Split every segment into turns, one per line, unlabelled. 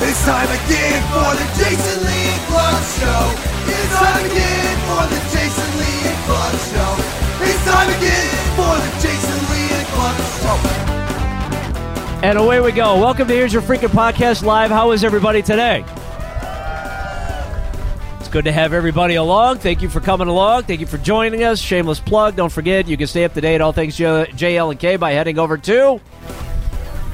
It's time again for the Jason Lee Clark Show. It's time again for the Jason Lee Clark Show. It's time again for the Jason Lee Clark Show.
And away we go. Welcome to Here's Your Freaking Podcast Live. How is everybody today? It's good to have everybody along. Thank you for coming along. Thank you for joining us. Shameless plug. Don't forget, you can stay up to date all things J- JL and K by heading over to.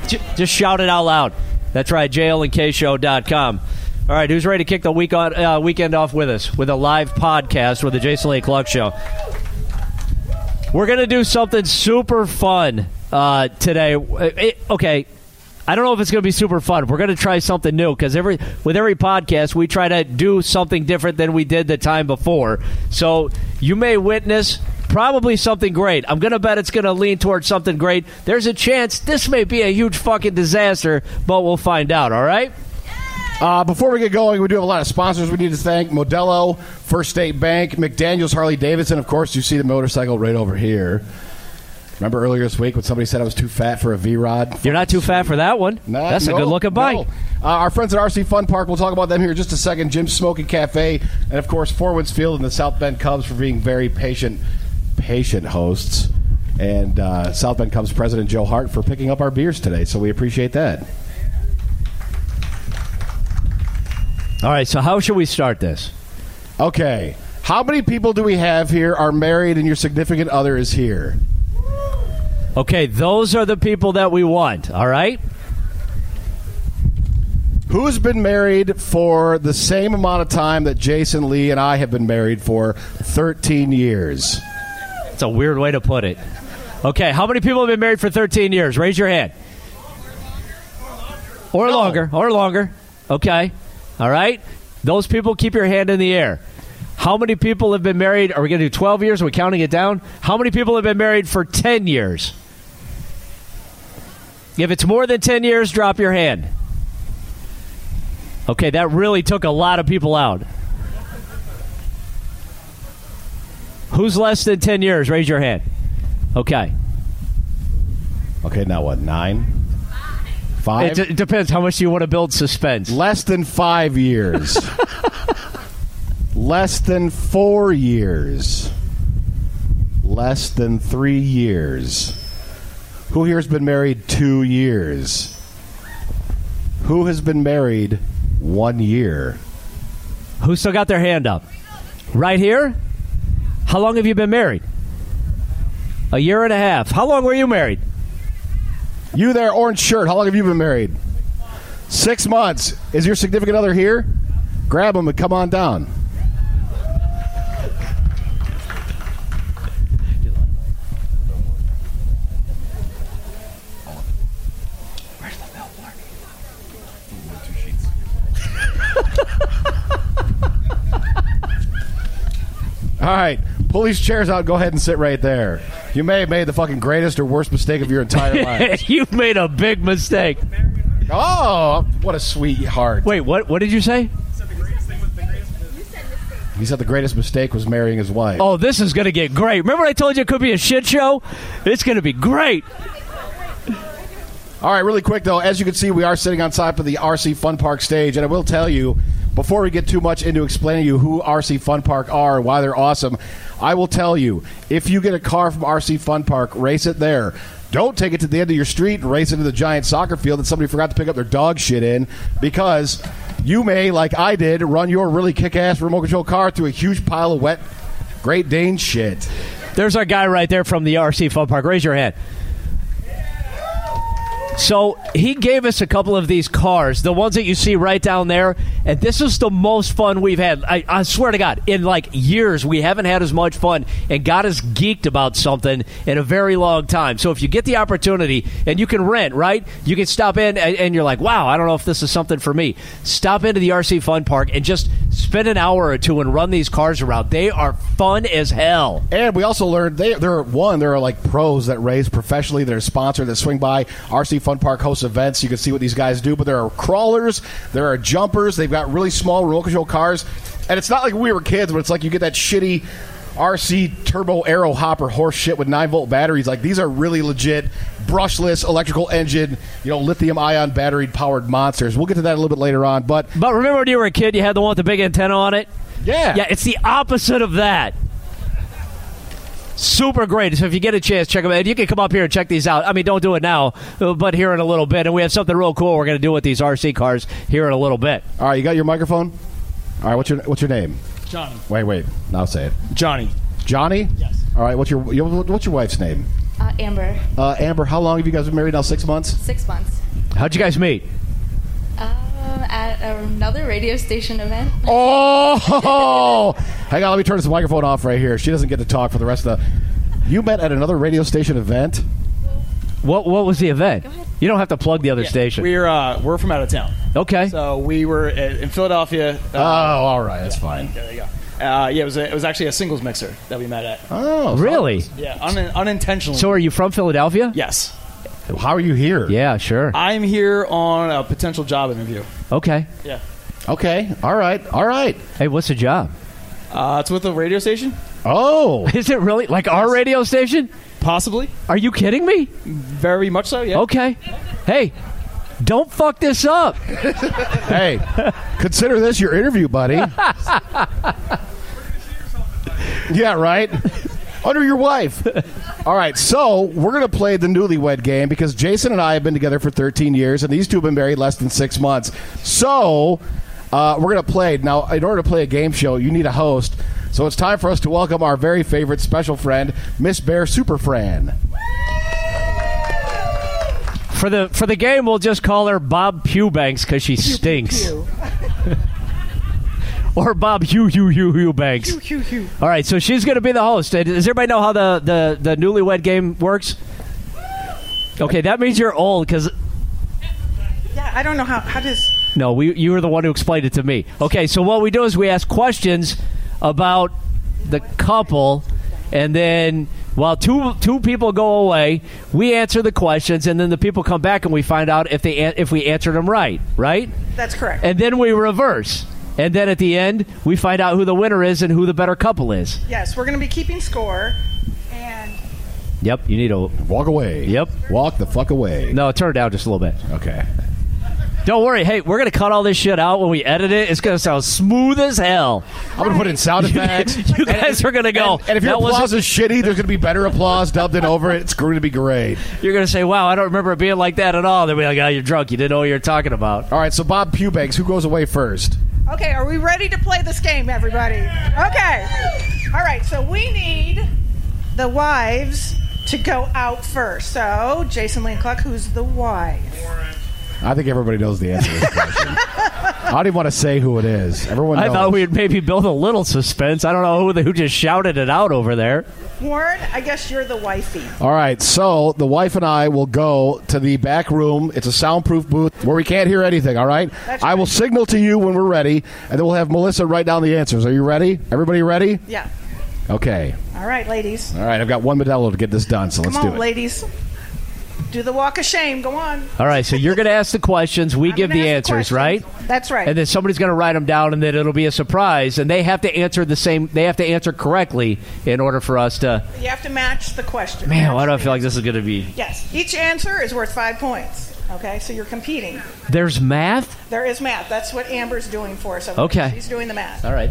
J- Just shout it out loud. That's right, jlandkshow.com. All right, who's ready to kick the week on, uh, weekend off with us with a live podcast with the Jason Lee Clark Show? We're gonna do something super fun uh, today. It- okay, I don't know if it's gonna be super fun. We're gonna try something new because every with every podcast we try to do something different than we did the time before. So you may witness probably something great. I'm gonna bet it's gonna lean towards something great. There's a chance this may be a huge fucking disaster, but we'll find out. All right.
Uh, before we get going, we do have a lot of sponsors we need to thank Modelo, First State Bank, McDaniels, Harley Davidson. Of course, you see the motorcycle right over here. Remember earlier this week when somebody said I was too fat for a V Rod?
You're not too fat for that one.
Nah,
That's
no,
a good looking bike.
no. Uh, our friends at RC Fun Park, we'll talk about them here in just a second. Jim's Smoking Cafe, and of course, Forwards Field and the South Bend Cubs for being very patient, patient hosts. And uh, South Bend Cubs president Joe Hart for picking up our beers today, so we appreciate that.
All right. So how should we start this?
Okay. How many people do we have here are married and your significant other is here?
Okay, those are the people that we want. All right.
Who's been married for the same amount of time that Jason Lee and I have been married for 13 years?
It's a weird way to put it. Okay, how many people have been married for 13 years? Raise your hand. Or longer. Or longer. Okay. All right. Those people, keep your hand in the air. How many people have been married? Are we going to do 12 years? Are we counting it down? How many people have been married for 10 years? If it's more than 10 years, drop your hand. Okay, that really took a lot of people out. Who's less than 10 years? Raise your hand. Okay.
Okay, now what? Nine?
It
Five?
d- it depends how much you want to build suspense.
Less than five years. Less than four years. Less than three years. Who here has been married two years? Who has been married one year?
Who still got their hand up? Right here? How long have you been married? A year and a half. How long were you married?
You there, orange shirt. How long have you been married? Six months. Is your significant other here? Grab him and come on down. All right, pull these chairs out. Go ahead and sit right there. You may have made the fucking greatest or worst mistake of your entire life.
you made a big mistake.
Oh, what a sweetheart.
Wait, what what did you say?
He said the greatest mistake was marrying his wife.
Oh, this is going to get great. Remember I told you it could be a shit show? It's going to be great.
All right, really quick though, as you can see, we are sitting on top of the RC Fun Park stage, and I will tell you, before we get too much into explaining to you who RC Fun Park are and why they're awesome, I will tell you, if you get a car from RC Fun Park, race it there. Don't take it to the end of your street and race into the giant soccer field that somebody forgot to pick up their dog shit in, because you may, like I did, run your really kick-ass remote control car through a huge pile of wet Great Dane shit.
There's our guy right there from the RC Fun Park. Raise your hand. So he gave us a couple of these cars, the ones that you see right down there, and this is the most fun we've had. I, I swear to God, in like years, we haven't had as much fun and got us geeked about something in a very long time. So if you get the opportunity and you can rent, right? You can stop in and, and you're like, wow, I don't know if this is something for me. Stop into the RC Fun Park and just spend an hour or two and run these cars around. They are fun as hell.
And we also learned they, there are one, there are like pros that race professionally that are sponsored that swing by. RC Fun Park hosts events. You can see what these guys do, but there are crawlers, there are jumpers. They've got really small remote control cars. And it's not like we were kids, but it's like you get that shitty RC turbo arrow hopper horse shit with 9 volt batteries. Like these are really legit brushless electrical engine, you know, lithium ion battery powered monsters. We'll get to that a little bit later on, but
But remember when you were a kid, you had the one with the big antenna on it?
yeah,
Yeah, it's the opposite of that. Super great. So if you get a chance, check them out. You can come up here and check these out. I mean, don't do it now, uh, but here in a little bit. And we have something real cool we're going to do with these RC cars here in a little bit.
All right, you got your microphone. All right, what's your what's your name?
Johnny.
Wait, wait, now say it,
Johnny.
Johnny.
Yes.
All right, what's your your- what's your wife's name?
Uh, Amber,
Uh, Amber. How long have you guys been married now? Six months.
six months.
How'd you guys meet?
Um, at another radio station event.
Oh, hang on. Let me turn this microphone off right here. She doesn't get to talk for the rest of the. You met at another radio station event.
What What was the event? You don't have to plug the other station.
We're uh, we're from out of town,
okay.
so we were at, in Philadelphia.
Oh, all right, that's fine.
there you go. Uh, yeah, it was a, it was actually a singles mixer that we met at.
Oh,
really?
Yeah, un, unintentionally.
So are you from Philadelphia?
yes,
so How are you here?
Yeah, sure.
I'm here on a potential job interview.
Okay.
Yeah,
Okay. All right. All right.
Hey, what's the job?
uh, it's with a radio station,
Oh,
Is it really like our radio station?
possibly.
Are you kidding me?
Very much so. Yeah.
Okay. Hey, don't fuck this up.
hey, consider this your interview, buddy. yeah, right. Under your wife. All right, so we're going to play the newlywed game because Jason and I have been together for 13 years, and these two have been married less than six months. So uh, we're going to play. Now, in order to play a game show, you need a host. So it's time for us to welcome our very favorite special friend, Miss Bear Super Fran.
For the for the game, we'll just call her Bob Pewbanks because she stinks. or Bob Hugh Hugh Hugh Hugh Banks. All right, so she's going to be the host. And Does everybody know how the the the newlywed game works? Okay, that means you're old because
Yeah, I don't know how. How does?
No, we, you were the one who explained it to me. Okay, so what we do is we ask questions about the couple, and then while two two people go away, we answer the questions, and then the people come back and we find out if they an- if we answered them right, right?
That's correct.
And then we reverse, and then at the end we find out who the winner is and who the better couple is.
yes, we're going to be keeping score. And
Yep, you need a
Walk away.
Yep.
Walk the fuck away.
no. Turn it down just a little bit.
Okay.
Don't worry. Hey, we're gonna cut all this shit out when we edit it. It's gonna sound smooth as hell.
I'm going to put in sound effects.
you guys are gonna go.
And, and if your
"That wasn't
applause is shitty, there's going to be better applause dubbed in over it. It's going to be great.
You're gonna say, "Wow, I don't remember it being like that at all." They'll be like, "Oh, you're drunk. You didn't know what you're talking about."
All right, so Bob Pewbanks, who goes away first?
okay, are we ready to play this game, everybody? Okay. All right. So we need the wives to go out first. So Jason Lane Cluck, who's the wife?
I think everybody knows the answer to this question. I don't even want to say who it is. Everyone knows.
I thought we'd maybe build a little suspense. I don't know who the, who just shouted it out over there.
Warren, I guess you're the wifey.
All right, so the wife and I will go to the back room. It's a soundproof booth where we can't hear anything, all right?
That's
I will signal to you when we're ready, and then we'll have Melissa write down the answers. Are you ready? Everybody ready?
Yeah.
Okay.
All right, ladies.
All right, I've got one Modelo to get this done, so let's
Come
do
on,
it.
ladies. Do the walk of shame. Go on.
All right, so you're gonna ask the questions, we
I'm
give
gonna
the
ask
answers,
questions.
right?
That's right.
And then somebody's gonna write them down, and then it'll be a surprise, and they have to answer the same. They have to answer correctly in order for us to.
you have to match the question.
Man, why do I feel like this is gonna be?
Yes. Each answer is worth five points. Okay, so you're competing.
There's math.
There is math. That's what Amber's doing for us.
Okay.
She's doing the math.
All right.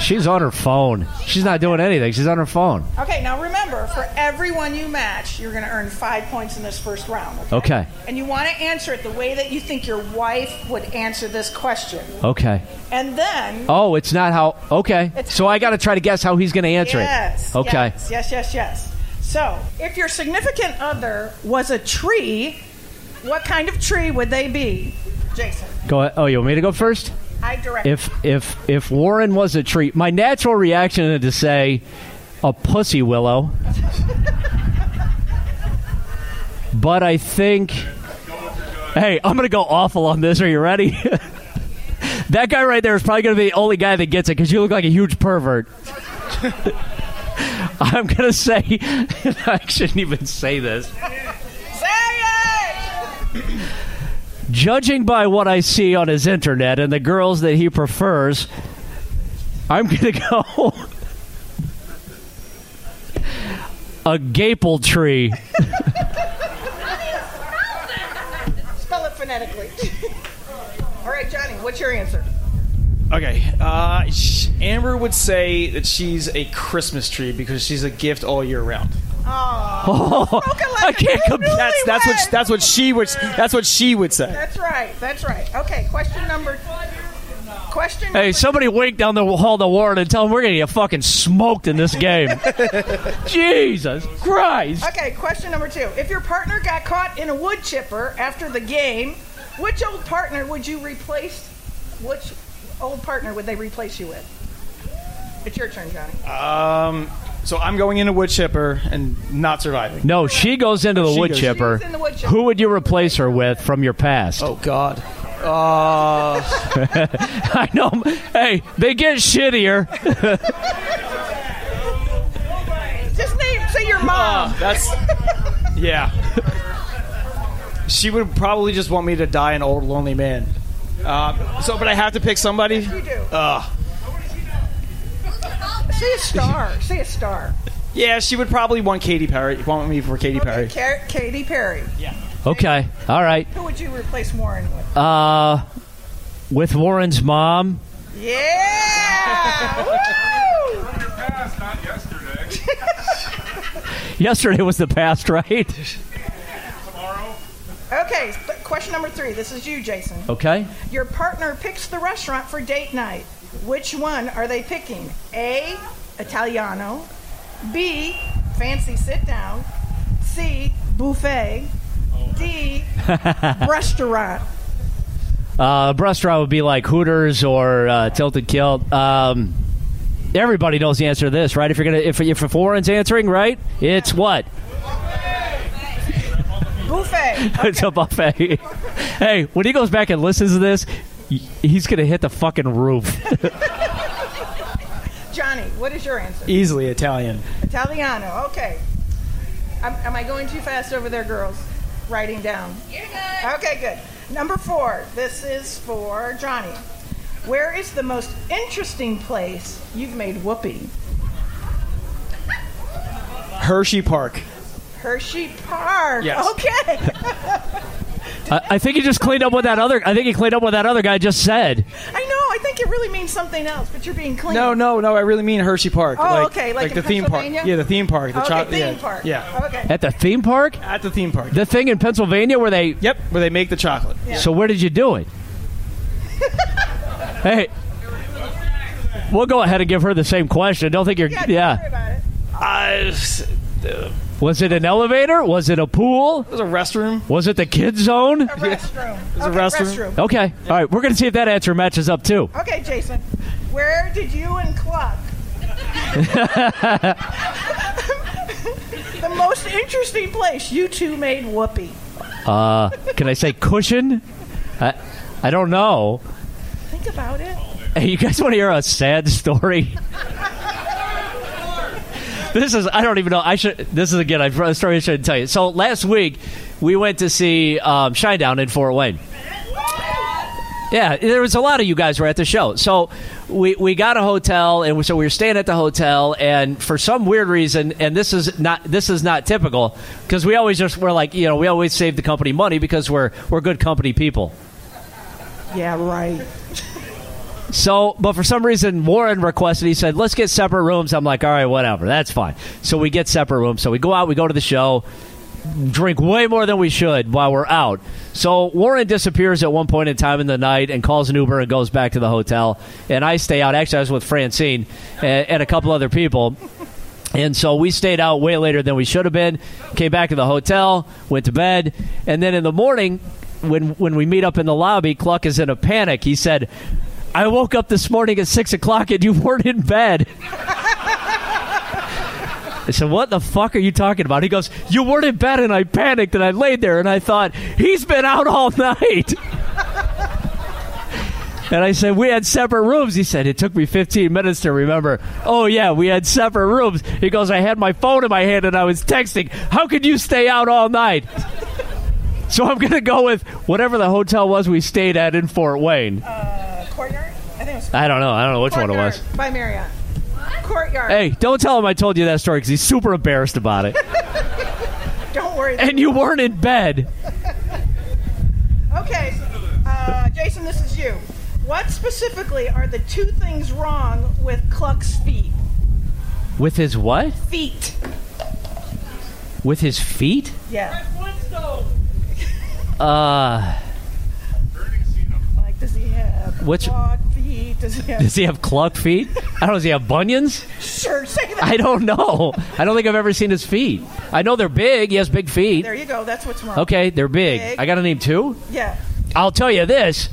She's on her phone. She's not doing anything. She's on her phone.
Okay, now remember, for everyone you match, you're going to earn five points in this first round.
Okay.
And you want to answer it the way that you think your wife would answer this question.
Okay.
And then.
Oh, it's not how. Okay,
It's-
so I got to try to guess how he's going to answer
yes.
it. Okay.
Yes, yes, yes, yes. So, if your significant other was a tree, what kind of tree would they be? Jason,
Go. ahead. Oh, you want me to go first?
I direct.
If if if Warren was a tree, my natural reaction is to say a pussy willow. but I think. Hey, I'm going to go awful on this. Are you ready? that guy right there is probably going to be the only guy that gets it because you look like a huge pervert. I'm going to say. I shouldn't even say this.
Say it!
judging by what I see on his internet and the girls that he prefers, I'm going to go. a gapel tree.
Spell it phonetically. All right, Johnny, what's your answer?
Okay. Uh, sh- Amber would say that she's a Christmas tree because she's a gift all year round.
I can't compare.
That's that's what that's what she would that's what she would say.
That's right. That's right. Okay, question number. Question.
Hey, somebody wink down the hall to Warren and tell him we're gonna get fucking smoked in this game. Jesus Christ!
Okay, question number two. If your partner got caught in a wood chipper after the game, which old partner would you replace? Which old partner would they replace you with? It's your turn, Johnny.
Um, so I'm going into wood chipper and not surviving.
No, she goes into the
She
wood
goes-
chipper.
She's in the wood chipper.
Who would you replace her with from your past?
Oh God. Uh,
I know. Hey, they get shittier.
Just name, say your mom.
that's yeah. She would probably just want me to die an old lonely man. Uh, so, but I have to pick somebody.
you do.
Uh,
Say a star. Say a star.
yeah, she would probably want Katy Perry. Want me for Katy Perry?
Car- Katy Perry.
Okay, all right.
Who would you replace Warren with?
Uh, with Warren's mom.
yeah. Woo!
Yesterday was the past, right?
Okay. th- question number three. This is you, Jason.
Okay.
Your partner picks the restaurant for date night. Which one are they picking? A. Italiano. B. Fancy sit down. C. Buffet. D. Restaurant.
Uh, restaurant would be like Hooters or uh, Tilted Kilt. Um, everybody knows the answer to this, right? If you're gonna, if if Warren's answering, right, it's what?
Buffet.
It's a buffet. hey, when he goes back and listens to this, y- he's gonna hit the fucking roof.
Johnny, what is your answer?
Easily Italian.
Italiano. Okay. Am, am I going too fast over there, girls? Writing down.
You're good.
Okay, good. Number four. This is for Johnny. Where is the most interesting place you've made whoopee?
Hershey Park.
Hershey Park.
Yes.
Okay.
I, I think he just cleaned up what that other. I think he cleaned up what that other guy just said.
I know. I think it really means something else, but you're being clean.
No, no, no. I really mean Hershey Park.
Oh, okay, like in
the theme park.
Pennsylvania?
Yeah, the theme park. The
Okay,
child-
theme
yeah,
park.
Yeah,
Okay.
At the theme park,
at the theme park.
the thing in Pennsylvania where they.
yep, where they make the chocolate.
So where did you do it? hey, we'll go ahead and give her the same question. Don't think you're.
Yeah.
Yeah.
don't worry about it.
Uh, it
Was it an elevator? Was it a pool?
was a restroom.
Was it the kids zone?
A restroom.
a
okay,
restroom.
Okay. All right. We're gonna see if that answer matches up too.
Okay, Jason. Where did you and Cluck? the most interesting place you two made whoopee.
Uh, can I say cushion? I, I don't know.
Think about it.
Hey, you guys want to hear a sad story? this is I don't even know. I should. This is again I, a story I shouldn't tell you. So last week we went to see um, Shinedown in Fort Wayne. Yeah, there was a lot of you guys were at the show. So we, we got a hotel, and so we were staying at the hotel. And for some weird reason, and this is not this is not typical because we always just we're like you know we always save the company money because we're we're good company people.
Yeah, right.
So, but for some reason, Warren requested, he said, let's get separate rooms. I'm like, all right, whatever. That's fine. So we get separate rooms. So we go out, we go to the show, drink way more than we should while we're out. So Warren disappears at one point in time in the night and calls an Uber and goes back to the hotel. And I stay out. Actually, I was with Francine and, and a couple other people. And so we stayed out way later than we should have been. Came back to the hotel, went to bed, and then in the morning, when when we meet up in the lobby, Cluck is in a panic. He said, "I woke up this morning at six o'clock and you weren't in bed." I said, "What the fuck are you talking about?" He goes, "You weren't in bed," and I panicked and I laid there and I thought he's been out all night. And I said, We had separate rooms. He said, It took me 15 minutes to remember. Oh, yeah, we had separate rooms. He goes, I had my phone in my hand and I was texting. How could you stay out all night? So I'm going to go with whatever the hotel was we stayed at in Fort Wayne.
Uh, courtyard? I think it was
I don't know. I don't know which one it was.
Courtyard By Marriott.
What?
courtyard.
Hey, don't tell him I told you that story because he's super embarrassed about it.
Don't worry.
and you weren't in bed.
Okay, uh, Jason, this is you. What specifically are the two things wrong with Cluck's feet?
With his what?
Feet.
With his feet?
Yeah.
Uh,
Like, does he have
Which-
clawed feet? Does he have?
does he have cluck feet? I don't know. Does he have bunions?
Sure, say that.
I don't know. I don't think I've ever seen his feet. I know they're big. He has big feet.
There you go. That's what's wrong.
Okay, they're big.
Big.
I got to name two.
Yeah.
I'll tell you this.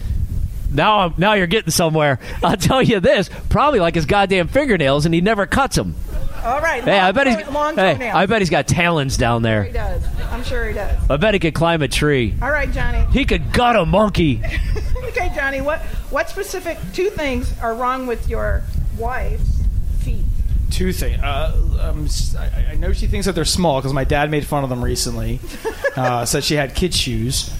Now, I'm, now you're getting somewhere. I'll tell you this. Probably like his goddamn fingernails, and he never cuts them.
All right.
Hey,
long
I bet he's.
toe- long
hey,
toenail.
I bet he's got talons down
He
there.
does. I'm sure he does.
I bet he could climb a tree.
All right, Johnny.
He could gut a monkey.
okay, Johnny. What what specific two things are wrong with your wife's feet?
Two things. Uh, um, s- I, I know she thinks that they're small because my dad made fun of them recently. Uh, said she had kid shoes.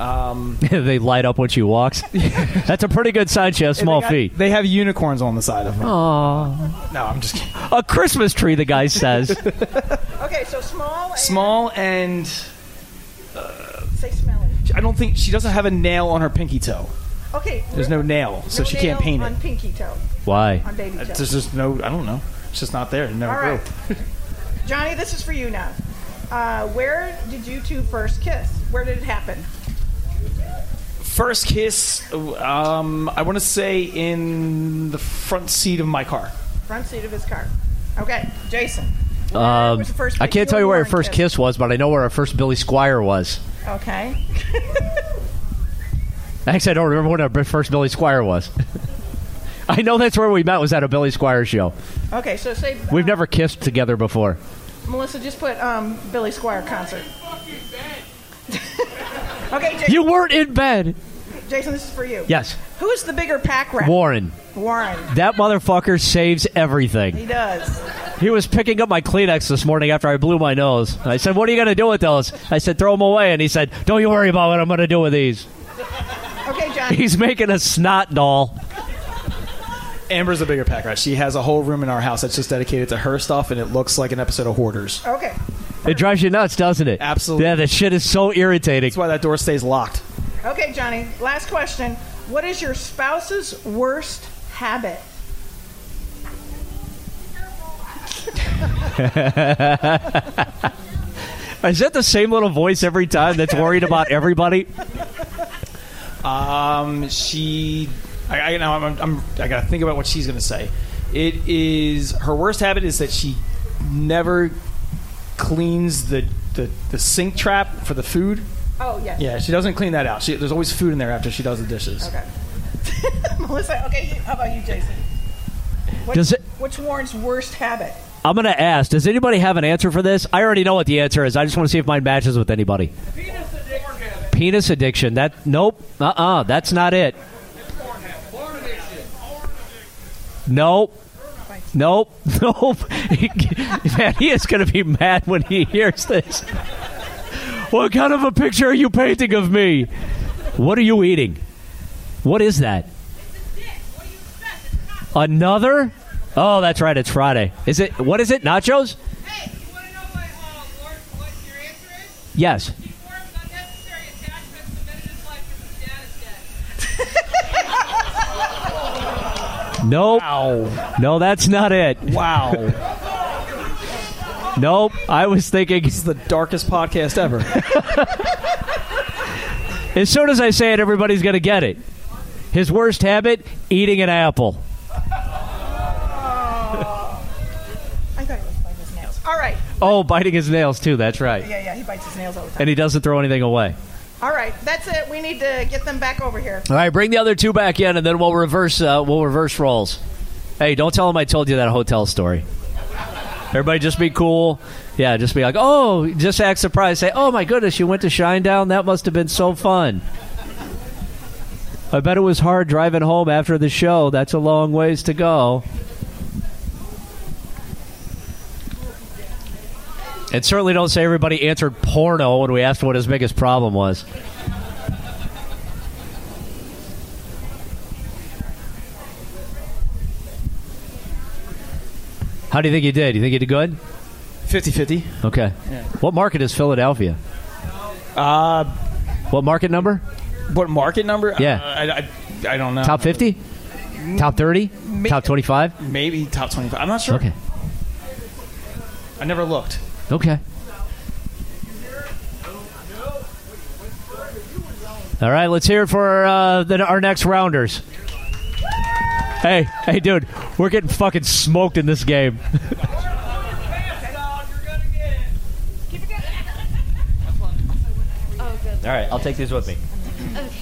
Um,
they light up when she walks. That's a pretty good sign. She has small
they got-
feet.
They have unicorns on the side of them.
Aww.
No, I'm just kidding.
A Christmas tree, the guy says.
Okay, so small. And,
Small and
Say smelly.
I don't think she doesn't have a nail on her pinky toe.
Okay.
There's no nail, so she can't paint
on
it.
pinky toe,
Why?
on baby toe.
There's just no. I don't know. It's just not there. No
All right.
rope.
Johnny, this is for you now. Uh, where did you two first kiss? Where did it happen?
First kiss. Um, I want to say in the front seat of my car.
Front seat of his car. Okay, Jason. Where
Um,
was the first
I
kiss
can't tell
and
you where our
Warren
first kiss was, but I know where our first Billy Squire was.
Okay.
Actually, I don't remember when our b- first Billy Squire was. I know that's where we met. Was at a Billy Squire show.
Okay, so say
We've never kissed together before.
Melissa just put um, Billy Squire concert. okay, Jason,
You weren't in bed.
Jason, this is for you.
Yes,
Who's the bigger pack rat?
Warren.
Warren.
That motherfucker saves everything.
He does.
He was picking up my Kleenex this morning after I blew my nose. I said, "What are you going to do with those?" I said, "Throw them away." And he said, "Don't you worry about what I'm going to do with these."
Okay, Johnny.
He's making a snot doll.
Amber's a bigger pack rat. She has a whole room in our house that's just dedicated to her stuff, and it looks like an episode of Hoarders.
Okay.
It drives you nuts, doesn't it?
Absolutely.
Yeah, that shit is so irritating.
That's why that door stays locked.
Okay, Johnny. Last question. What is your spouse's worst habit?
Is that the same little voice every time that's worried about everybody?
Um, she, I, I now I'm, I'm, I gotta think about what she's gonna say. It is her worst habit is that she never cleans the the, the sink trap for the food.
Oh, yes.
Yeah, she doesn't clean that out. She, there's always food in there after she does the dishes.
Okay. Melissa, okay, you- how about you, Jason? What,
Does it-
What's Warren's worst habit?
I'm going to ask, does anybody have an answer for this? I already know what the answer is. I just want to see if mine matches with anybody. Penis addiction. That nope. Uh-uh, that's not it. Nope. Nope. Nope. Man, he is going to be mad when he hears this. What kind of a picture are you painting of me? What are you eating? What is that? Another? Oh, that's right. It's Friday. Is it? What is it? Nachos?
Hey, you want to know what, uh, Lord, what your answer is?
Yes.
He forms unnecessary attachments the minute his life is his dad is dead.
Nope.
Wow,
No, that's not it.
wow! this
Nope. I was thinking.
is the darkest podcast ever.
As soon as I say it, everybody's gonna get it. His worst habit: eating an apple.
I thought he was biting his nails. All right.
Oh, biting his nails too. That's right.
Yeah, yeah, he bites his nails all the time.
And he doesn't throw anything away.
All right, that's it. We need to get them back over here.
All right, bring the other two back in, and then we'll reverse. Uh, we'll reverse roles. Hey, don't tell him I told you that hotel story. Everybody, just be cool. Yeah, just be like, oh, just act surprised. Say, oh my goodness, you went to Shinedown. That must have been so fun. I bet it was hard driving home after the show. That's a long ways to go. And certainly don't say everybody answered porno when we asked what his biggest problem was. How do you think you did? You think you did good?
50 50.
Okay. What market is Philadelphia?
Uh,
What market number?
what market number?
Yeah.
Uh, I, I, I don't know.
Top 50? Top 30? Top 25?
Maybe top 25. I'm not sure.
Okay.
I never looked.
Okay. All right, let's hear it for uh, the, our next rounders. Hey, hey, dude, we're getting fucking smoked in this game. All right, I'll take these with me.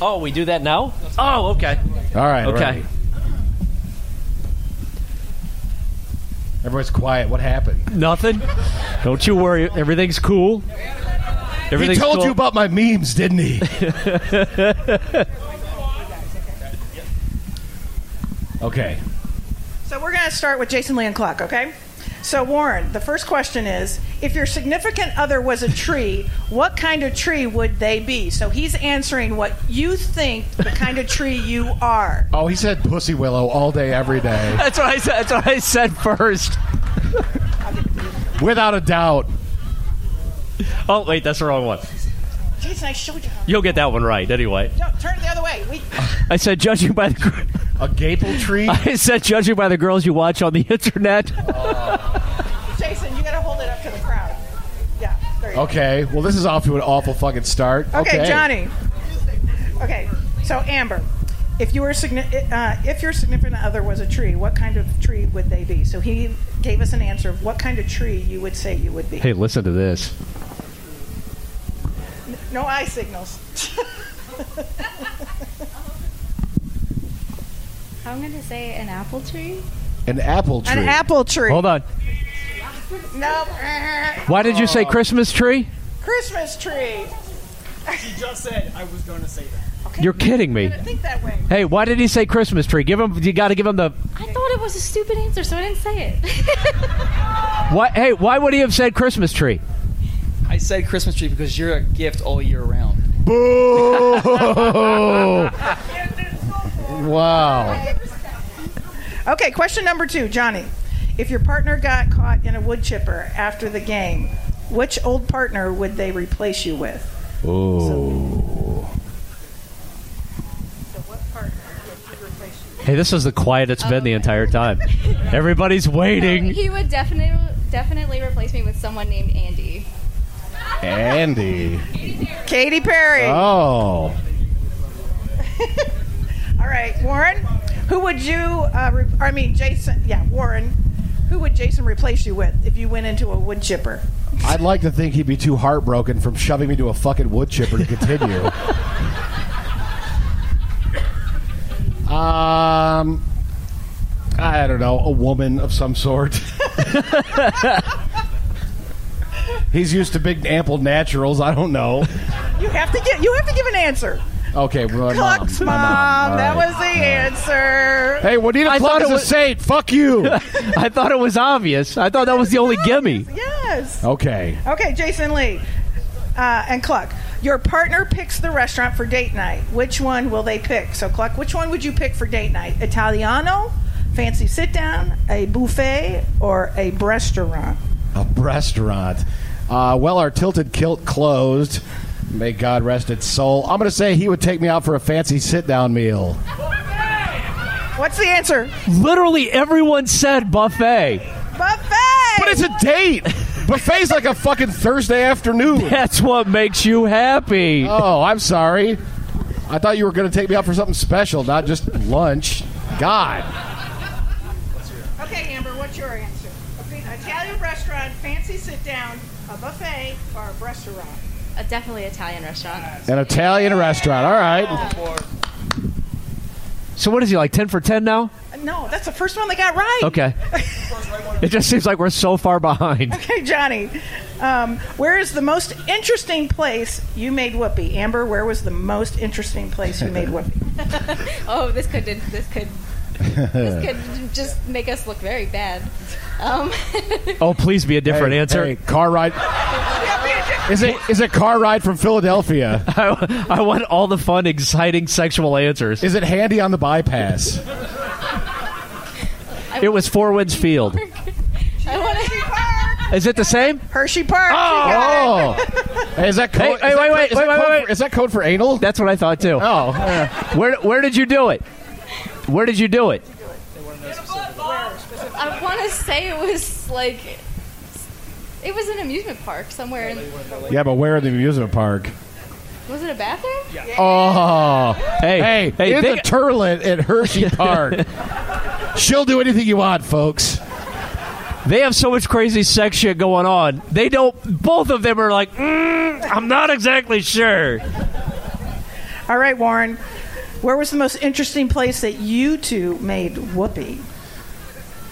Oh, we do that now? Oh, okay.
All right. all
Okay.
right. Everyone's quiet. What happened?
Nothing. Don't you worry. Everything's cool.
He
Everything's
told
cool.
you about my memes, didn't he? okay.
So we're going to start with Jason Lee and Cluck, okay? So Warren, the first question is: If your significant other was a tree, what kind of tree would they be? So he's answering what you think the kind of tree you are.
Oh, he said pussy willow all day, every day,
That's what I said. That's what I said first.
without a doubt.
Oh wait, that's the wrong one.
Jason, I showed you. How.
You'll get that one right anyway.
No, turn it the other way. We,
I said judging by the gr-
A gable tree.
I said judging by the girls you watch on the internet.
Jason, you got to hold it up to the crowd. Yeah, there you go.
Okay. Well, this is off to an awful fucking start.
Okay, Johnny. Okay, so Amber, if you were signi- uh, if your significant other was a tree, what kind of tree would they be? So he gave us an answer of what kind of tree you would say you would be.
hey, listen to this.
No eye signals.
I'm gonna say an apple tree.
An apple tree. Oh.
An apple tree.
Hold on.
Nope.
Why did you
Oh.
say Christmas tree?
Christmas tree.
He just said I was going to say that.
You're kidding me.
Think that way.
Hey, why did he say Christmas tree? Give him. You got to give him the.
I thought it was a stupid answer, so I didn't say it.
Why? Hey, why would he have said Christmas tree?
I said Christmas tree because you're a gift all year round.
Boo! wow.
Okay, question number two, Johnny. If your partner got caught in a wood chipper after the game, which old partner would they replace you with?
Hey, this is the quiet it's been the entire time. Everybody's waiting.
he would definitely definitely replace me with someone named Andy.
Andy.
Katy Perry.
Oh.
All right, Warren. Who would you? Uh, re- I mean, Jason. Yeah, Warren. Who would Jason replace you with if you went into a wood chipper?
I'd like to think he'd be too heartbroken from shoving me to a fucking wood chipper to continue. um, I don't know, a woman of some sort. He's used to big, ample naturals. I don't know.
You have to get. You have to give an answer.
Okay, well, my mom.
Cluck's
my
mom.
All
that
right.
was the answer.
Hey, Juanita
I
Clark
thought
is
it
a
was-
saint. Fuck you.
I thought it was obvious. I thought that was the only gimme.
Yes.
okay.
Okay, Jason Lee uh, and Cluck. Your partner picks the restaurant for date night. Which one will they pick? So, Cluck, which one would you pick for date night? Italiano, fancy sit down, a buffet, or a restaurant?
A restaurant. Uh, well, our tilted kilt closed. May God rest its soul. I'm going to say he would take me out for a fancy sit down meal.
What's the answer?
Literally everyone said buffet.
Buffet.
But it's a date. Buffet's like a fucking Thursday afternoon.
That's what makes you happy.
Oh, I'm sorry. I thought you were going to take me out for something special, not just lunch. God.
Okay, Amber, what's your answer? Italian restaurant, fancy sit down, a buffet, or a restaurant?
A Uh, definitely Italian restaurant.
An Italian restaurant. All right.
So what is he like? Ten for ten now?
No, that's the first one they got right.
Okay. It just seems like we're so far behind.
Okay, Johnny. Um, where is the most interesting place you made whoopee? Amber, where was the most interesting place you made whoopee?
Oh, this could this could this could just make us look very bad. Um,
Oh, please be a different
Hey,
answer.
hey, car ride. Is it is it car ride from Philadelphia?
I, I want all the fun, exciting sexual answers.
Is it handy on the bypass?
It was Four Winds Field.
I
Is it the same?
Hershey Park. she got it.
Oh, Hey, is that
Hey,
code?
hey,
is that
wait, wait,
co- is that
wait, wait,
code
wait.
for- Is that code for anal?
That's what I thought too.
oh, yeah.
Where where did you do it? Where did you do it?
I want to say it was like it was an amusement park somewhere. In,
yeah, but where in the amusement park?
was it a bathroom?
Oh,
Hey,
hey, hey in
think-
the turlet at Hershey Park. She'll do anything you want, folks.
they have so much crazy sex shit going on. They don't. Both of them are like, mm, I'm not exactly sure.
All right, Warren. Where was the most interesting place that you two made whoopee?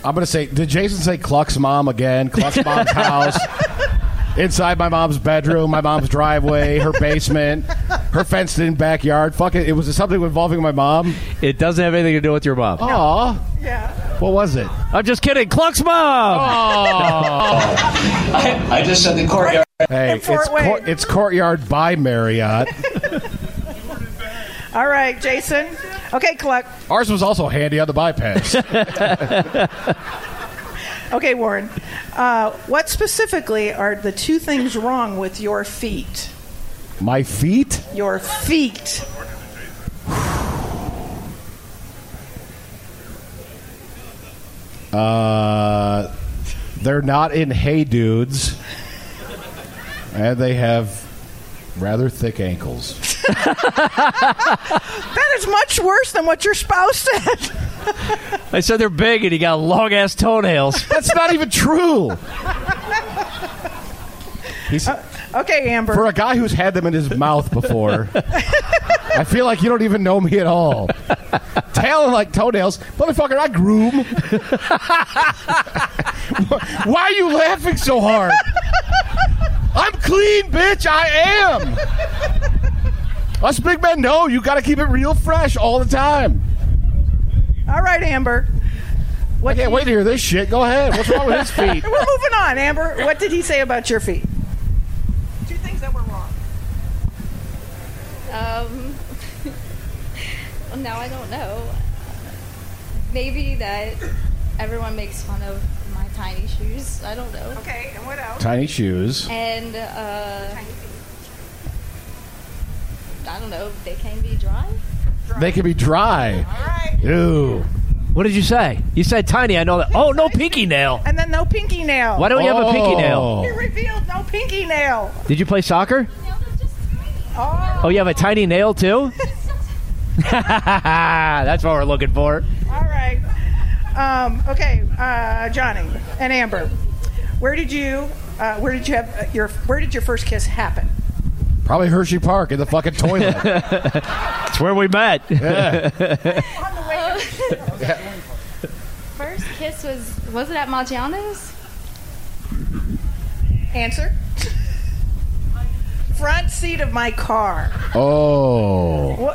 I'm gonna say, did Jason say Cluck's mom again? Cluck's mom's house. Inside my mom's bedroom, my mom's driveway, her basement, her fenced-in backyard. Fuck it, it was something involving my mom.
It doesn't have anything to do with your mom.
Aw,
Yeah.
what was it?
I'm just kidding. Cluck's mom.
I just said the courtyard.
Hey,
Fort
it's
Wayne.
cour- it's courtyard by Marriott.
All right, Jason. Okay, Cluck.
Ours was also handy on the bypass.
Okay, Warren. Uh, what specifically are the two things wrong with your feet?
my feet.
Your feet.
Uh, they're not in Hey Dudes, and they have rather thick ankles.
That is much worse than what your spouse said.
I said they're big, and he got long ass toenails.
That's not even true. Uh, He's,
okay, Amber.
for a guy who's had them in his mouth before, I feel like you don't even know me at all. Tail like toenails, motherfucker. I groom. Why are you laughing so hard? I'm clean, bitch. I am. Us big men know you got to keep it real fresh all the time.
All right, Amber.
I
What
can't wait to hear this shit. Go ahead. What's wrong with his feet?
We're moving on, Amber. What did he say about your feet? Two things that were wrong.
Um, well, now I don't know. Maybe that everyone makes fun of my tiny shoes. I don't know.
Okay, and what else?
Tiny shoes.
And uh, I don't know. They can be dry.
They can be dry.
All right.
Ew.
What did you say? You said tiny. I know that. Oh no, pinky nail.
And then no pinky nail.
Why don't you have a pinky nail?
Oh.
You revealed no pinky nail.
Did you play soccer?
Oh,
Oh, you have a tiny nail too. That's what we're looking for.
all right. Um, okay, uh, Johnny and Amber, where did you, uh, where did you have uh, your, where did your first kiss happen?
Probably Hershey Park in the fucking toilet.
That's where we met.
First kiss was was it at Maggiano's?
Answer. Front seat of my car.
Oh.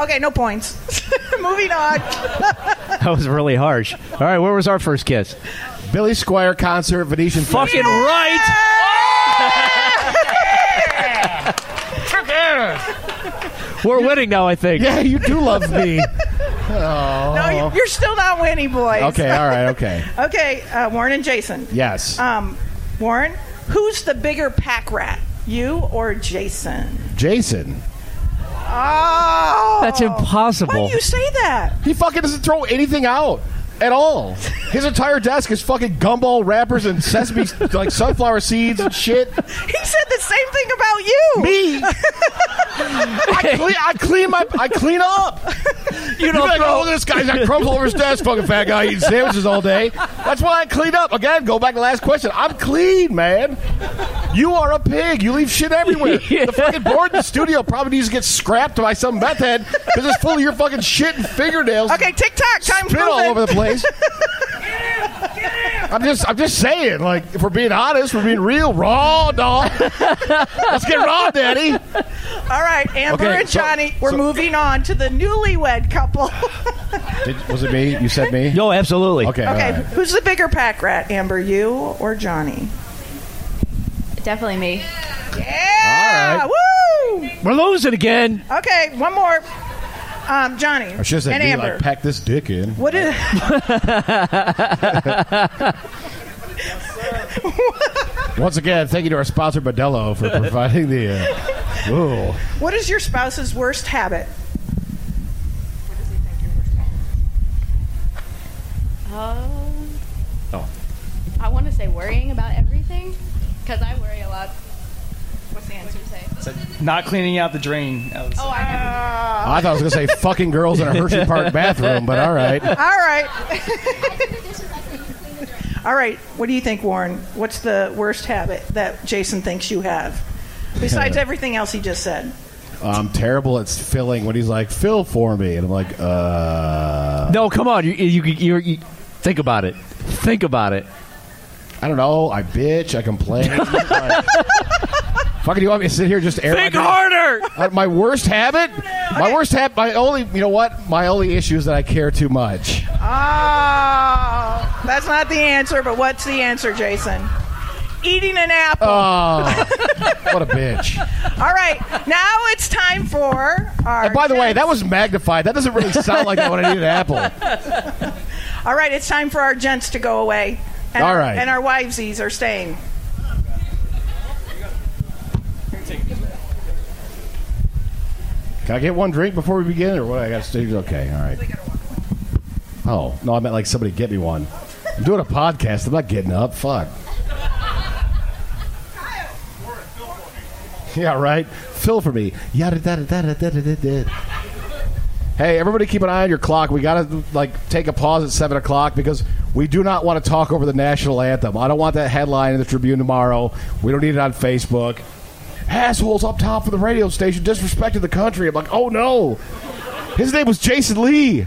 Okay, no points. Moving on.
that was really harsh. All right, where was our first kiss?
Billy Squire concert, Venetian.
Fucking right. We're winning now, I think.
Yeah, you do love me.
No, you- you're still not winning, boys.
Okay, all right, okay.
Okay, uh, Warren and Jason.
Yes.
Um, Warren, who's the bigger pack rat, you or Jason?
Jason.
Oh,
That's impossible.
Why do you say that?
He fucking doesn't throw anything out at all. His entire desk is fucking gumball wrappers and sesame, like sunflower seeds and shit.
He said the same thing about you.
Me. I clean, I clean my, I clean up. You don't like, oh, this guy's got crumbs all over his desk, fucking fat guy eating sandwiches all day. That's why I clean up. Again, go back to the last question. I'm clean, man. You are a pig. You leave shit everywhere. The fucking board in the studio probably needs to get scrapped by some meth head because it's full of your fucking shit and fingernails.
Okay, TikTok. Time's
spit all
moving.
over the place. I'm just, I'm just saying. Like, if we're being honest, we're being real, raw, dog. Let's get raw, daddy.
All right, Amber
Okay,
and
so-
Johnny, we're
so-
moving on to the newlywed couple.
Did, was it me? You said me.
No, absolutely.
Okay. all
okay,
right.
who's the bigger pack rat, Amber, you or Johnny?
Definitely me.
Yeah.
All
Woo.
We're losing again.
Okay, one more. Um, Johnny
I should have said
and
me,
Amber.
like pack this dick in.
what is
Once again, thank you to our sponsor Modelo for providing the. Uh, ooh,
What is your spouse's worst habit?
Um,
Oh.
I want to say worrying about everything because I worry a lot. What's the answer? Say.
Not cleaning out the drain. That was-
Oh, I have.
Uh,
I thought I was going to say fucking girls in a Hershey Park bathroom, but all right.
All right.
the dishes. I say you clean the drain.
All right. What do you think, Warren? What's the worst habit that Jason thinks you have? Besides everything else he just said.
I'm terrible at filling when he's like, fill for me. And I'm like, uh.
No, come on. You, you, you, you- think about it. Think about it.
I don't know. I bitch. I complain. Like, Fucking, you want me to sit here and just air
Think
my,
harder.
uh, my worst habit? My worst habit. My only, you know what? My only issue is that I care too much.
Oh, that's not the answer, but what's the answer, Jason? Eating an apple.
Oh, what a bitch!
All right. Now it's time for our.
And Uh, by the way, that was magnified. That doesn't really sound like that when I eat an apple.
All right. It's time for our gents to go away. And
All
our-
right.
And our wivesies are staying.
Can I get one drink before we begin, or what? I got to Okay, all right. Oh no, I meant like somebody get me one. I'm doing a podcast. I'm not getting up. Fuck. Yeah, right. Fill for me. Yada da da da da da da da. Hey, everybody, keep an eye on your clock. We gotta like take a pause at seven o'clock because we do not want to talk over the national anthem. I don't want that headline in the Tribune tomorrow. We don't need it on Facebook. Assholes up top of the radio station disrespected the country. I'm like, oh no. His name was Jason Lee.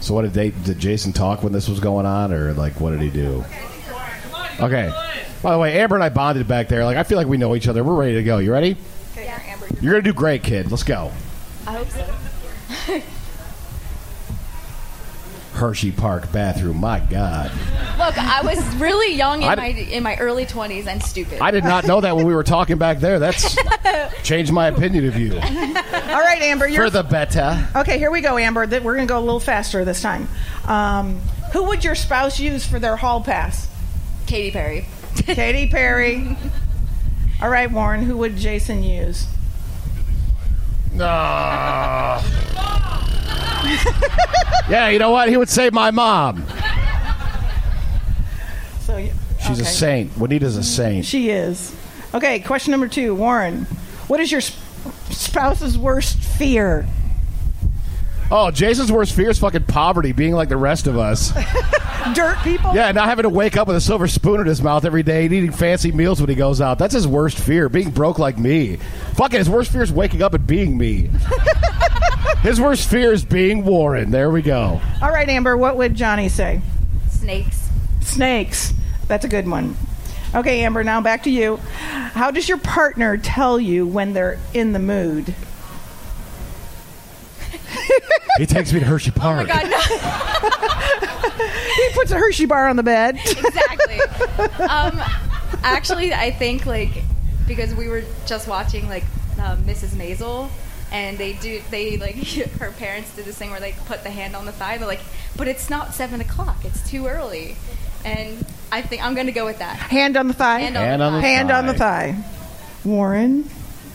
So what did they did Jason talk when this was going on or like what did he do? Okay. By the way, Amber and I bonded back there. Like I feel like we know each other. We're ready to go. You ready? You're gonna do great, kid. Let's go.
I hope so.
Hershey Park bathroom. My God.
Look, I was really young in
I-
my in my early twenties and stupid.
I did not know that when we were talking back there. That's changed my opinion of you
All right, Amber. You're
for the better.
Okay, here we go, Amber. Th- We're going to go a little faster this time. Um, who would your spouse use for their hall pass?
Katy Perry.
Katy Perry. All right, Warren. Who would Jason use?
Yeah, you know what? He would say my mom.
So y-
She's a
okay.
saint. Juanita's a saint.
She is. Okay. Question number two, Warren. What is your sp- spouse's worst fear?
Oh, Jason's worst fear is fucking poverty, being like the rest of us.
Dirt people.
Yeah, not having to wake up with a silver spoon in his mouth every day and eating fancy meals when he goes out. That's his worst fear, being broke like me. Fucking his worst fear is waking up and being me. his worst fear is being Warren. There we go.
All right, Amber. What would Johnny say?
Snakes.
Snakes. That's a good one. Okay, Amber. Now back to you. How does your partner tell you when they're in the mood?
He takes me to Hershey Park.
God, no,
He puts a Hershey bar on the bed.
exactly. um, actually, I think like because we were just watching like um, Mrs. Maisel, and they do they like her parents did this thing where they put the hand on the thigh. They're like, but it's not seven o'clock. It's too early. And I think I'm going to go with that.
Hand on the thigh.
Hand
Hand on the
Hand on the
thigh.
thigh. Warren,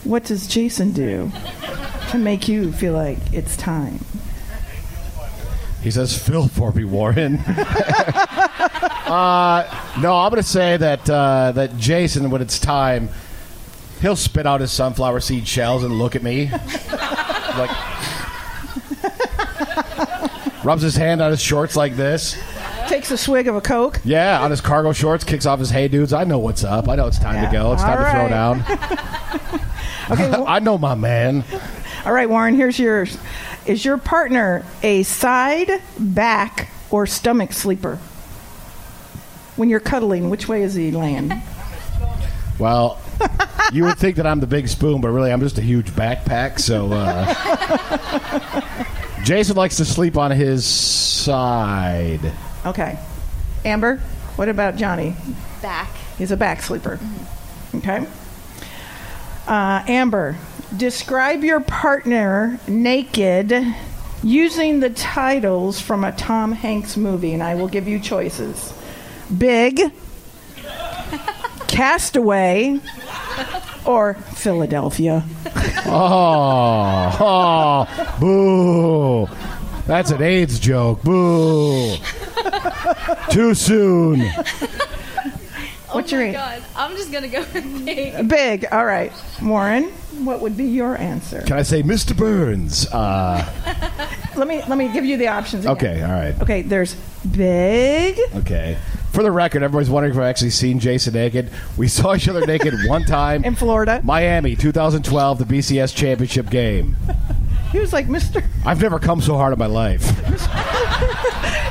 what does Jason do to make you feel like it's time?
He says, "Fill for me, Warren." uh, no, I'm going to say that uh, that Jason, when it's time, he'll spit out his sunflower seed shells and look at me, like rubs his hand on his shorts like this.
Takes a swig of a Coke.
Yeah, on his cargo shorts, kicks off his hey dudes. I know what's up. I know it's time
Yeah.
to go. It's time
All
to throw
right.
down. I know my man.
All right, Warren, here's yours. Is your partner a side, back, or stomach sleeper? When you're cuddling, which way is he laying?
Well, you would think that I'm the big spoon, but really I'm just a huge backpack. So uh, Jason likes to sleep on his side.
Okay. Amber, what about Johnny?
back.
He's a back sleeper. Okay. Uh, Amber, describe your partner naked using the titles from a Tom Hanks movie, and I will give you choices Big, Castaway, or Philadelphia.
Oh, oh, boo. That's an AIDS joke. Boo. Too soon.
What's
oh
your
my
answer?
God. I'm just gonna go with big.
Big, all right. Warren, what would be your answer?
Can I say Mr. Burns? Uh,
Let me let me give you the options. again.
okay, all right.
Okay, there's big.
Okay. For the record, everybody's wondering if I've actually seen Jason naked. We saw each other naked one time.
In Florida.
Miami, 2012, the BCS championship game.
He was like Mr.
I've never come so hard in my life.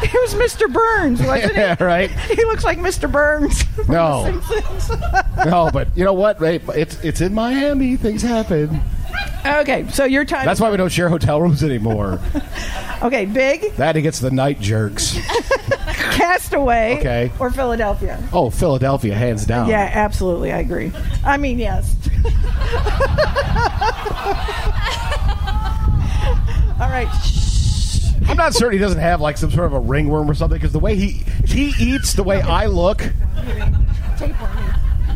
He was Mr. Burns, wasn't
yeah, right?
he? He looks like Mr. Burns.
No. No, but you know what? Right? It's, it's in Miami. Things happen.
okay, so your time.
That's why we don't share hotel rooms anymore.
okay, big
That he gets the night jerks.
Castaway
Okay.
or Philadelphia.
Oh, Philadelphia, hands down.
Yeah, absolutely, I agree. I mean, yes. All right. shh.
I'm not certain he doesn't have like some sort of a ringworm or something because the way he he eats, the way I look.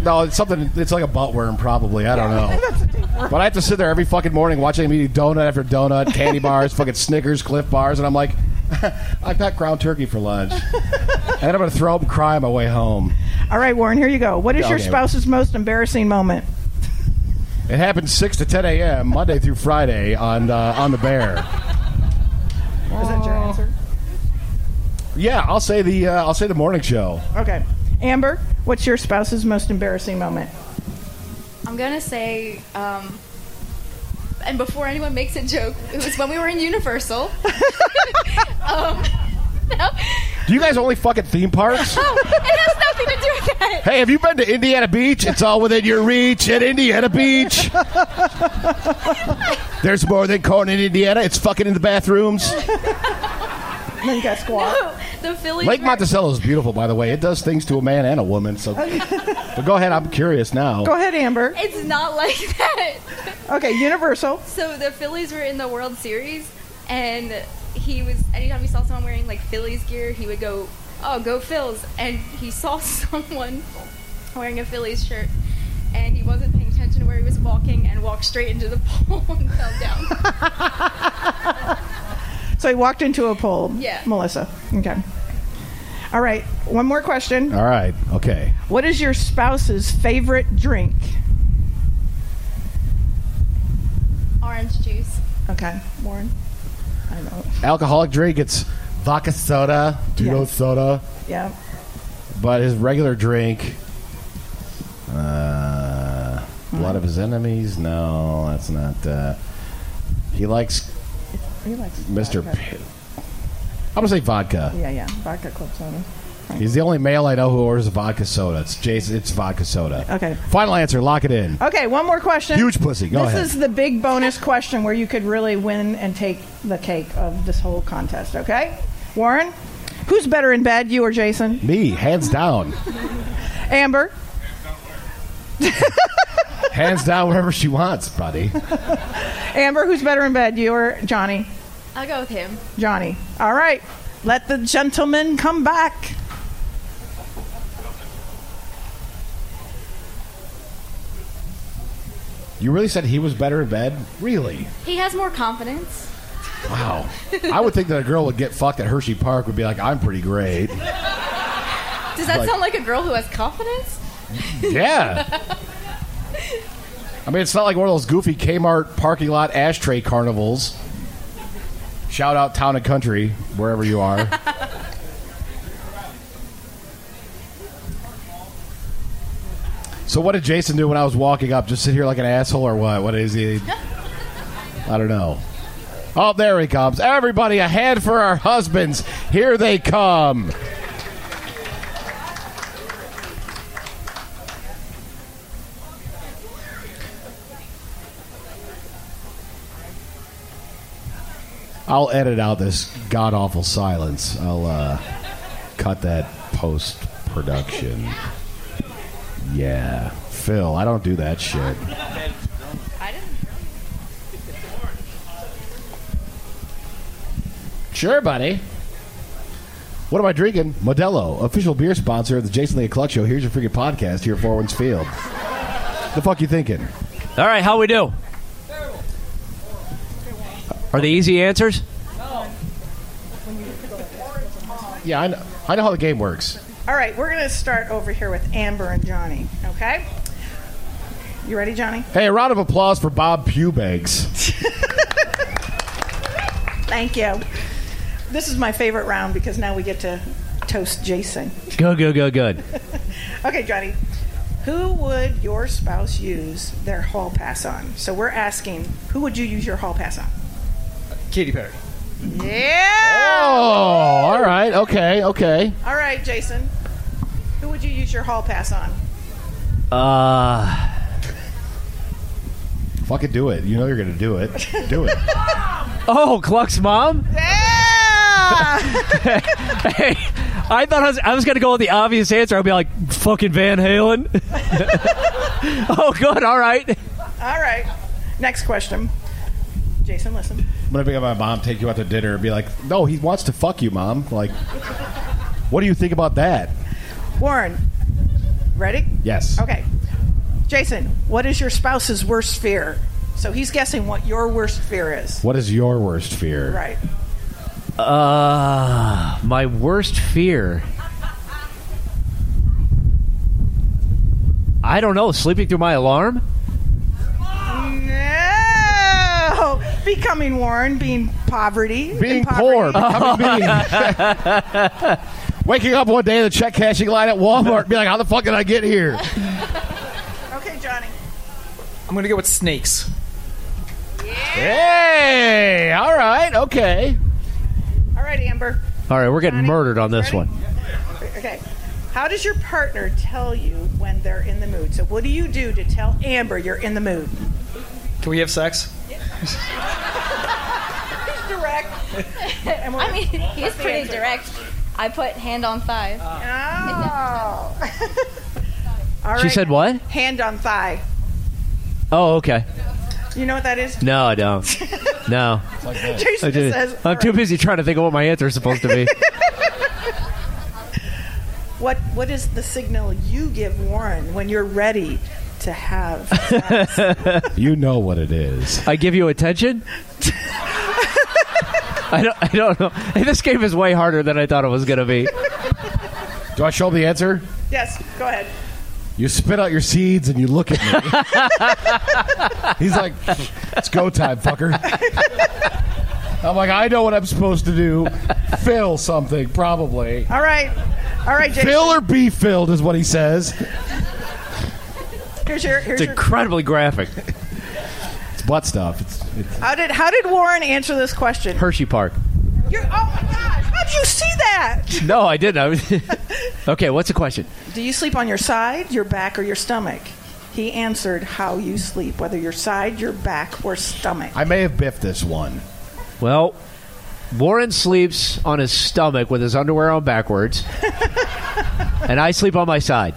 No, it's something. It's like a buttworm, probably. I don't know. But I have to sit there every fucking morning watching him eat donut after donut, candy bars, fucking Snickers, Cliff bars, and I'm like, I packed ground turkey for lunch, and then I'm gonna throw up and cry on my way home.
All right, Warren, here you go. What is your
Okay.
spouse's most embarrassing moment?
It happens six to ten a.m. Monday through Friday on uh, on the Bear.
Is that your answer?
Yeah, I'll say the uh, I'll say the morning show.
Okay. Amber, what's your spouse's most embarrassing moment?
I'm gonna say, um, and before anyone makes a joke, it was when we were in Universal. um, no,
Do you guys only fuck at theme parks?
no, it has nothing to do with that.
Hey, have you been to Indiana Beach? It's all within your reach at Indiana Beach. There's more than corn in Indiana. It's fucking in the bathrooms.
And then you got squat.
The Phillies.
Lake
were-
Monticello is beautiful, by the way. It does things to a man and a woman. So, but go ahead. I'm curious now.
Go ahead, Amber.
It's not like that.
Okay, Universal.
So the Phillies were in the World Series, and he was anytime he saw someone wearing like Phillies gear, he would go, "Oh, go Phils!" And he saw someone wearing a Phillies shirt, and he wasn't paying attention to where he was walking, and walked straight into the pole and fell down.
So he walked into a pole.
Yeah.
Melissa. Okay. All right, one more question.
All right. Okay.
What is your spouse's favorite drink?
Orange juice.
Okay, Warren. I know.
Alcoholic drink. It's vodka soda, Tito
Yes.
soda.
Yeah.
But his regular drink. Uh, blood of his enemies. No, that's not. Uh, he likes
He likes
Mr.
vodka.
P- I'm gonna say vodka.
Yeah, yeah. Vodka club soda.
He's the only male I know who orders a vodka soda. It's Jason. It's vodka soda.
Okay.
Final answer. Lock it in.
Okay, one more question.
Huge pussy. Go
this
ahead.
is the big bonus question where you could really win and take the cake of this whole contest, okay? Warren, who's better in bed, you or Jason?
Me, hands down.
Amber?
hands down, whatever she wants, buddy.
Amber, who's better in bed, you or Johnny?
I'll go with him.
Johnny. All right. Let the gentleman come back.
You really said he was better in bed? Really?
He has more confidence.
Wow. I would think that a girl would get fucked at Hershey Park would be like, I'm pretty great.
Does that
Like-
sound like a girl who has confidence?
Yeah. I mean, it's not like one of those goofy Kmart parking lot ashtray carnivals. Shout out town and country, wherever you are. so, what did Jason do when I was walking up? Just sit here like an asshole, or what? What is he? I don't know. Oh, there he comes. Everybody, a hand for our husbands. Here they come. I'll edit out this god awful silence. I'll uh, cut that post production. Yeah, Phil, I don't do that shit. Sure, buddy. What am I drinking? Modelo, official beer sponsor of the Jason Lee and Cluck Show. Here's your freaking podcast here at Four Winds Field. the fuck you thinking?
All right, how we do? Are the easy answers?
Yeah, I know, I know how the game works.
All right, we're going to start over here with Amber and Johnny, okay? You ready, Johnny?
Hey, a round of applause for Bob Pewbanks.
Thank you. This is my favorite round because now we get to toast Jason.
Good, good, good, good.
Okay, Johnny. Who would your spouse use their hall pass on? So we're asking, who would you use your hall pass on?
Katy Perry.
Yeah.
Oh, all right, okay, okay.
All right, Jason. Who would you use your hall pass on?
Uh,
Fucking do it. You know you're gonna do it. Do it.
oh, Cluck's mom?
Yeah.
Hey, I thought I was, I was going to go with the obvious answer. I'd be like, fucking Van Halen. oh, good, all right.
All right. Next question. Jason, listen.
I'm gonna pick up my mom, take you out to dinner, and be like, "No, he wants to fuck you, mom." Like, what do you think about that?
Warren. Ready?
Yes.
Okay. Jason, what is your spouse's worst fear? So he's guessing what your worst fear is.
What is your worst fear?
Right.
Uh, my worst fear. I don't know, sleeping through my alarm?
No. Becoming Warren, being poverty.
Being
in
poor,
poverty.
becoming mean. Waking up one day in the check cashing line at Walmart, be like, "How the fuck did I get here?"
Okay, Johnny.
I'm gonna go with snakes.
hey, all right, okay.
All right, Amber.
All right, we're getting
Johnny,
murdered on this
ready?
one.
Okay. How does your partner tell you when they're in the mood? So what do you do to tell Amber you're in the mood?
Can we have sex?
Direct. and we're,
I mean, he's pretty direct. I put hand on thigh.
Uh, oh. All
She
right.
said what?
hand on thigh.
Oh, okay.
You know what that is?
No, I don't. No. I
Jason just
didn't.
says, all
I'm
right.
too busy trying to think of what my answer is supposed to be.
What What is the signal you give Warren when you're ready to have? sex?
You know what it is.
I give you attention? I don't, I don't know. Hey, This game is way harder than I thought it was going to be.
Do I show him the answer?
yes, go ahead.
You spit out your seeds and you look at me. He's like, "It's go time, fucker." I'm like, "I know what I'm supposed to do. Fill something, probably."
All right, all right, Jason.
Fill or be filled is what he says.
Here's your here's
It's
your.
incredibly graphic.
It's butt stuff. It's, it's
How did How did Warren answer this question?
Hershey Park.
You're, oh my gosh! How'd you see that?
No, I didn't. I was- okay, what's the question?
Do you sleep on your side, your back, or your stomach? He answered how you sleep, whether your side, your back, or stomach.
I may have biffed this one.
Well, Warren sleeps on his stomach with his underwear on backwards, and I sleep on my side.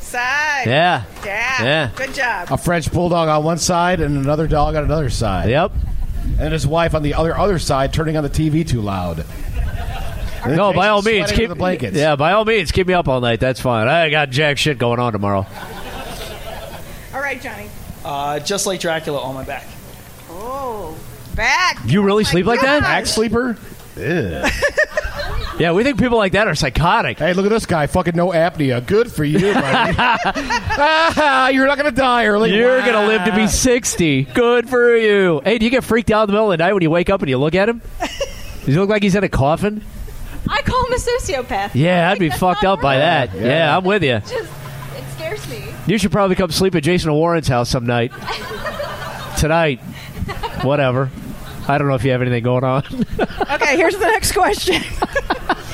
Side.
Yeah.
Yeah.
Yeah. Oh.
Good job.
A French bulldog on one side and another dog on another side.
Yep.
And his wife on the other other side turning on the TV too loud. And
No,
Jason's
by all means,
sweating
keep
under the blankets.
Yeah, by all means, keep me up all night. That's fine. I got jack shit going on tomorrow.
All right, Johnny.
Uh, just like Dracula on my back.
Oh, back.
You really
my
sleep like that?
God.
Back sleeper. Ew.
Yeah, we think people like that are psychotic.
hey, look at this guy. Fucking no apnea. Good for you, buddy. Ah, You're not gonna die early.
You're
Wow.
gonna live to be sixty. Good for you. Hey, do you get freaked out in the middle of the night when you wake up and you look at him? Does he look like he's in a coffin?
I call him a sociopath.
Yeah,
Like,
I'd be
that's
fucked
not
up by
real.
that.
Yeah.
Yeah. I'm with you.
Just, it scares me.
You should probably come sleep at Jason Warren's house some night. Tonight, whatever. I don't know if you have anything going on.
Okay, here's the next question.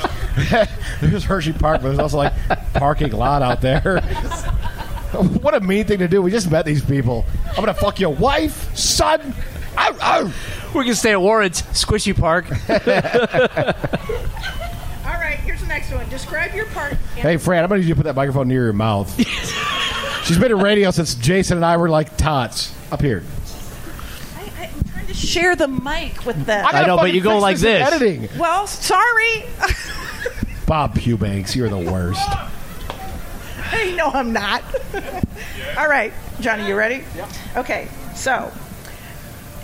There's Hershey Park, but there's also like parking lot out there. what a mean thing to do. We just met these people. I'm gonna fuck your wife, son. Ow, ow.
we can stay at Warren's Squishy Park.
All right, here's the next one. Describe your part.
Hey, Fran, I'm gonna need you to put that microphone near your mouth. She's been in radio since Jason and I were like tots up here.
I, I'm trying to share the mic with them.
I know, but you go like this.
Editing.
well, sorry.
Bob Eubanks, you're the worst.
no, I'm not. All right, Johnny, you ready? Okay, so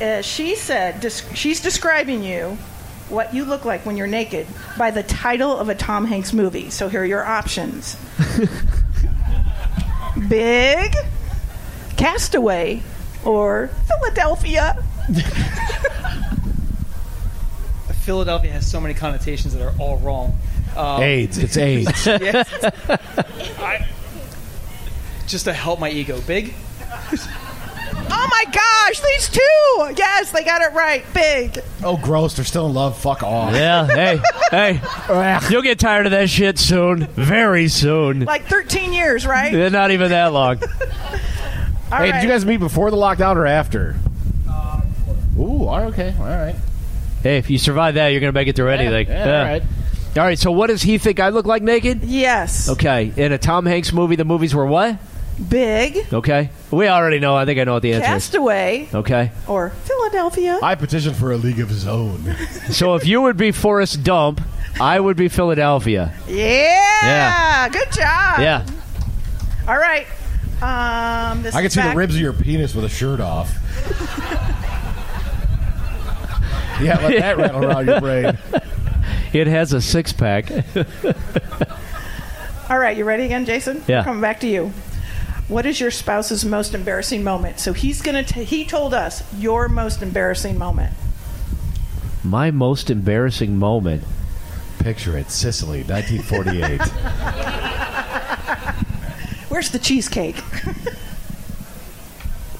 uh, she said des- she's describing you what you look like when you're naked by the title of a Tom Hanks movie. So here are your options Big, Castaway, or Philadelphia.
Philadelphia has so many connotations that are all wrong.
Oh.
Um,
AIDS. It's AIDS.
Just to help my ego, big.
Oh my gosh, these two! Yes, they got it right. Big.
oh, gross. They're still in love. Fuck off.
Yeah. Hey. Hey. You'll get tired of that shit soon. Very soon.
Like 13 years, right?
Eh, Not even that long.
All
Hey,
right.
did you guys meet before the lockdown or after? Uh, Ooh, all right, okay. All right.
Hey, if you survive that, you're gonna make it through anything.
Yeah,
Yeah.
All right.
All right. So, what does he think I look like naked?
Oh.
Yes.
Okay. In a Tom Hanks movie, the movies were what?
Big,
Okay. We already know. I think I know what the answer is.
Castaway,
Okay.
or Philadelphia.
I petitioned for a league of his own.
So, if you would be Forrest Dump, I would be Philadelphia.
Yeah.
Yeah.
Good job.
Yeah.
All right. Um, this
I can
is
see the
back-
ribs of your penis with a shirt off. yeah, let that rattle around your brain.
It has a six pack.
All right. You ready again, Jason?
Yeah.
Coming back to you. What is your spouse's most embarrassing moment? So he's gonna. T- he told us your most embarrassing moment.
My most embarrassing moment.
Picture it, Sicily, 1948.
Where's the cheesecake?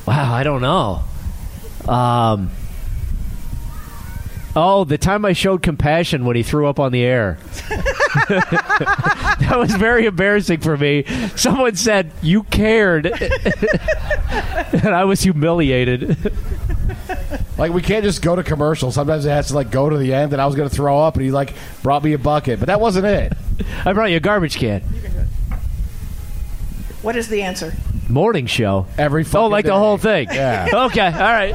Wow, I don't know. Um, oh, the time I showed compassion when he threw up on the air. that was very embarrassing for me. Someone said, You cared. and I was humiliated.
like we can't just go to commercial. Sometimes it has to like go to the end. And I was gonna throw up, and he like brought me a bucket, but that wasn't it.
I brought you a garbage can.
What is the answer?
Morning show.
Every
Oh,
fucking
like
day.
the whole thing.
Yeah.
Okay, all right.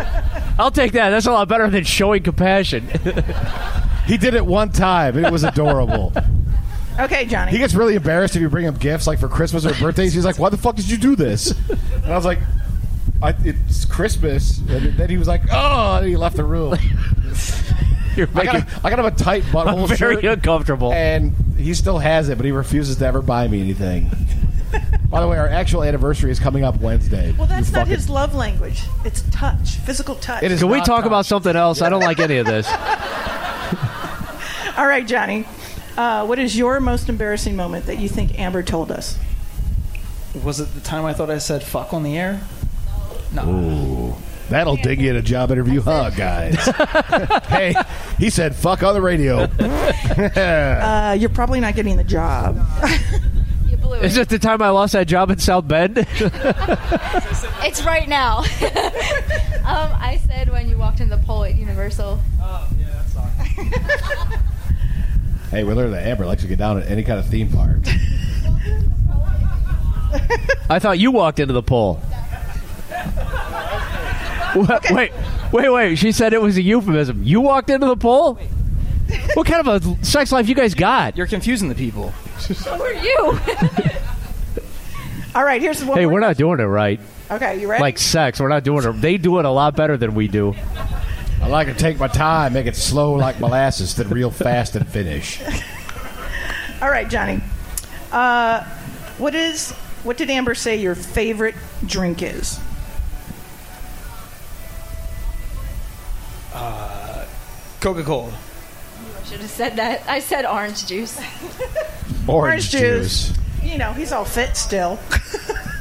I'll take that. That's a lot better than showing compassion.
He did it one time, and it was adorable.
Okay, Johnny.
He gets really embarrassed if you bring him gifts like for Christmas or birthdays. He's like, "Why the fuck did you do this?" And I was like, I, "It's Christmas." And then he was like, "Oh," and he left the room.
You're
I
making
got, I got him a tight butthole
I'm very
shirt,
uncomfortable.
and he still has it, but he refuses to ever buy me anything. By the way, our actual anniversary is coming up Wednesday.
well, that's
You
not
fucking-
his love language. It's touch, physical touch.
It is
Can we
not
talk
Tom.
about something else? I don't like any of this.
All right, Johnny. Uh, what is your most embarrassing moment that you think Amber told us?
Was it the time I thought I said fuck on the air?
That'll dig you in a job interview, huh, guys? hey, he said, "Fuck on the radio."
Uh, you're probably not getting the job.
You blew it.
Is it the time I lost that job in South Bend?
It's right now. um, I said when you walked in the poll at Universal.
Oh yeah, that's all.
hey, we learned that Amber likes to get down at any kind of theme park.
I thought you walked into the poll. Wha- Wait, wait, wait. She said it was a euphemism. You walked into the poll? What kind of a sex life you guys got?
You're confusing the people.
Who are you?
All right, here's the one.
Hey,
more-
we're not doing it right.
Okay, you ready?
Like sex, we're not doing it. They do it a lot better than we do.
I like to take my time, make it slow like molasses, then real fast and finish.
All right, Johnny. Uh, what is what did Amber say your favorite drink is?
Coca Cola.
I should have said that. I said orange juice.
Orange
juice.
juice.
You know, he's all fit still.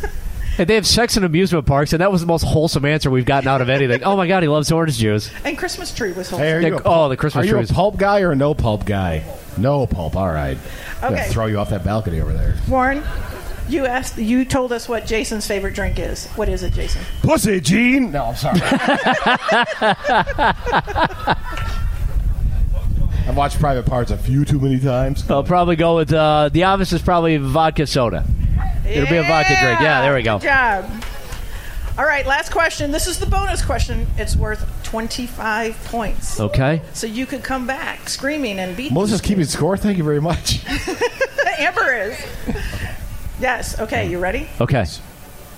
And they have sex in amusement parks, and that was the most wholesome answer we've gotten out of anything. Oh my god, he loves orange juice.
And Christmas tree was whole.
Hey, are
Yeah,
you a,
oh, the Christmas
Are you
trees.
a pulp guy or a no pulp guy? No pulp. All right. I'm gonna
Okay.
Throw you off that balcony over there.
Warren, you asked you told us what Jason's favorite drink is. What is it, Jason?
Pussy, Gene. No, I'm sorry. I've watched Private Parts a few too many times.
I'll probably go with uh, the obvious is probably vodka soda. It'll be a vodka drink. Yeah, there we go.
Good job. All right, last question. This is the bonus question. It's worth 25 points.
Okay.
So you could come back screaming and beat
Melissa's keeping score. Thank you very much.
Amber is. Yes. Okay. You ready?
Okay.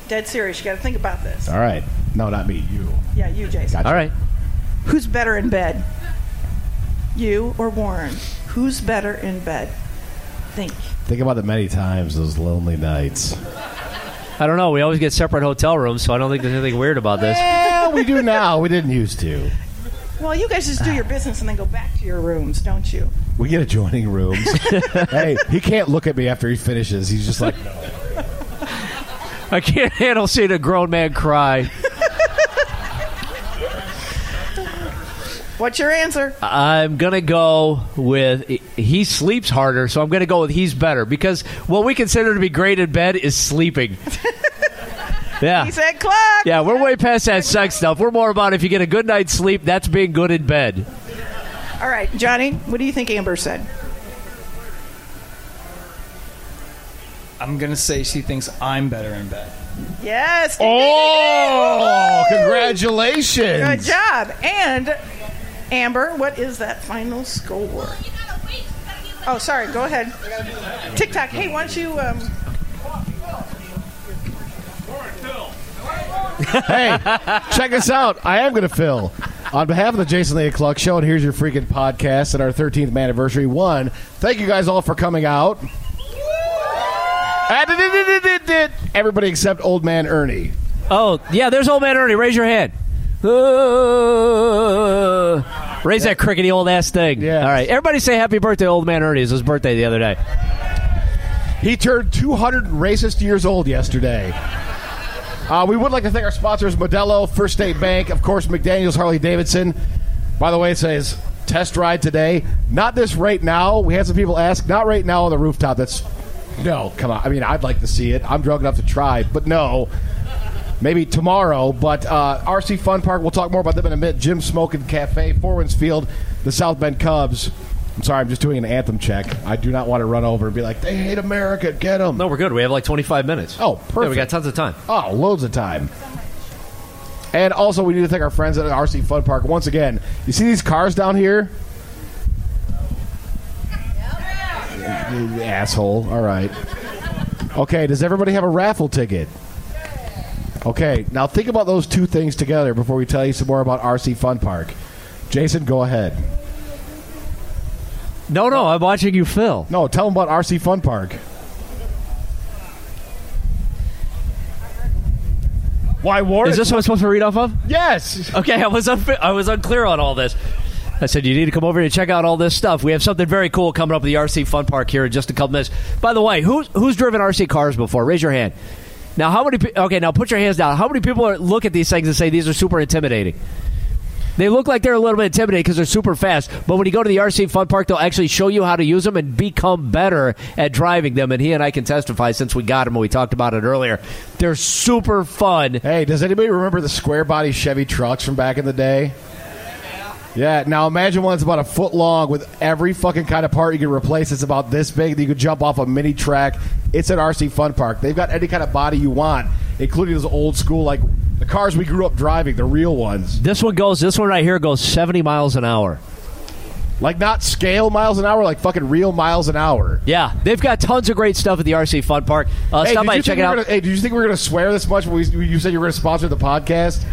Dead serious. You got to think about this.
All right. No, not me. You.
Yeah, you, Jason.
All right.
Who's better in bed? You or Warren? Who's better in bed? Think.
Think about the many times those lonely nights.
I don't know. We always get separate hotel rooms, so I don't think there's anything weird about this.
Yeah, Eh, we do now. We didn't used to.
Well, you guys just do your business and then go back to your rooms, don't you?
We get adjoining rooms. hey, he can't look at me after he finishes. He's just like, no.
I can't handle seeing a grown man cry.
What's your answer?
Ah. I'm gonna go with he sleeps harder, so I'm gonna go with he's better because what we consider to be great in bed is sleeping. Yeah.
He said clock.
Yeah, we're way past that sex stuff. We're more about if you get a good night's sleep, that's being good in bed.
All right, Johnny. What do you think Amber said?
I'm gonna say she thinks I'm better in bed.
Yes. ding,
oh,
ding, ding, ding. Woo! Good
congratulations.
job. And Amber, what is that final score? Oh, sorry. Go ahead. TikTok. Hey, why don't you? Um,
Hey, check us out. I am going to fill. On behalf of the Jason Lee and Cluck Show, and here's your freaking podcast at our 13th anniversary. One, thank you guys all for coming out. Ah, did, did, did, did, did. Everybody except Old Man Ernie.
Oh, yeah, there's old man Ernie. Raise your hand. Uh, raise that crickety old ass thing.
Yes.
All right. Everybody say happy birthday, old man Ernie. It was his birthday the other day.
He turned 200 racist years old yesterday. Uh, we would like to thank our sponsors, Modelo, First State Bank, of course, McDaniels, Harley Davidson. By the way, it says test ride today. Not this right now. We had some people ask, not right now on the rooftop. That's no, come on. I mean, I'd like to see it. I'm drunk enough to try, but no. Maybe tomorrow, but uh, RC Fun Park, we'll talk more about them in a minute. Jim Smoking Cafe, Four Winds Field, the South Bend Cubs. I'm sorry, I'm just doing an anthem check. I do not want to run over and be like, they hate America, get them.
No, we're good. We have like 25 minutes.
Oh, perfect.
Yeah, we got tons of time.
Oh, loads of time. And also, we need to thank our friends at RC Fun Park once again. You see these cars down here? You Asshole. All right. Okay. Does everybody have a raffle ticket? Okay. Now think about those two things together before we tell you some more about RC Fun Park. Jason, go ahead.
No, no, I'm watching you, Phil.
No, tell them about RC Fun Park. Why, Ward?
Is this what I'm supposed to read off of?
yes.
Okay, I was unfi- I was unclear on all this. I said you need to come over here and check out all this stuff. We have something very cool coming up at the RC Fun Park here in just a couple minutes. By the way, who's who's driven RC cars before? Raise your hand. Now, how many? pe- Okay, now put your hands down. How many people are, look at these things and say these are super intimidating? They look like they're a little bit intimidating because they're super fast. But when you go to the RC Fun Park, they'll actually show you how to use them and become better at driving them. And he and I can testify since we got them and we talked about it earlier. They're super fun.
Hey, does anybody remember the square body Chevy trucks from back in the day? Yeah, now imagine one that's about a foot long with every fucking kind of part you can replace. It's about this big that you could jump off a mini track. It's an RC Fun Park. They've got any kind of body you want, including those old school, like the cars we grew up driving, the real ones.
This one goes. This one right here goes 70 miles an hour.
Like not scale miles an hour, like fucking real miles an hour.
Yeah, they've got tons of great stuff at the RC Fun Park. Uh,
Hey,
stop
did
by
you
and check
think
it
we were
out.
gonna- hey, did you think we were going to swear this much when we, you said you were going to sponsor the podcast?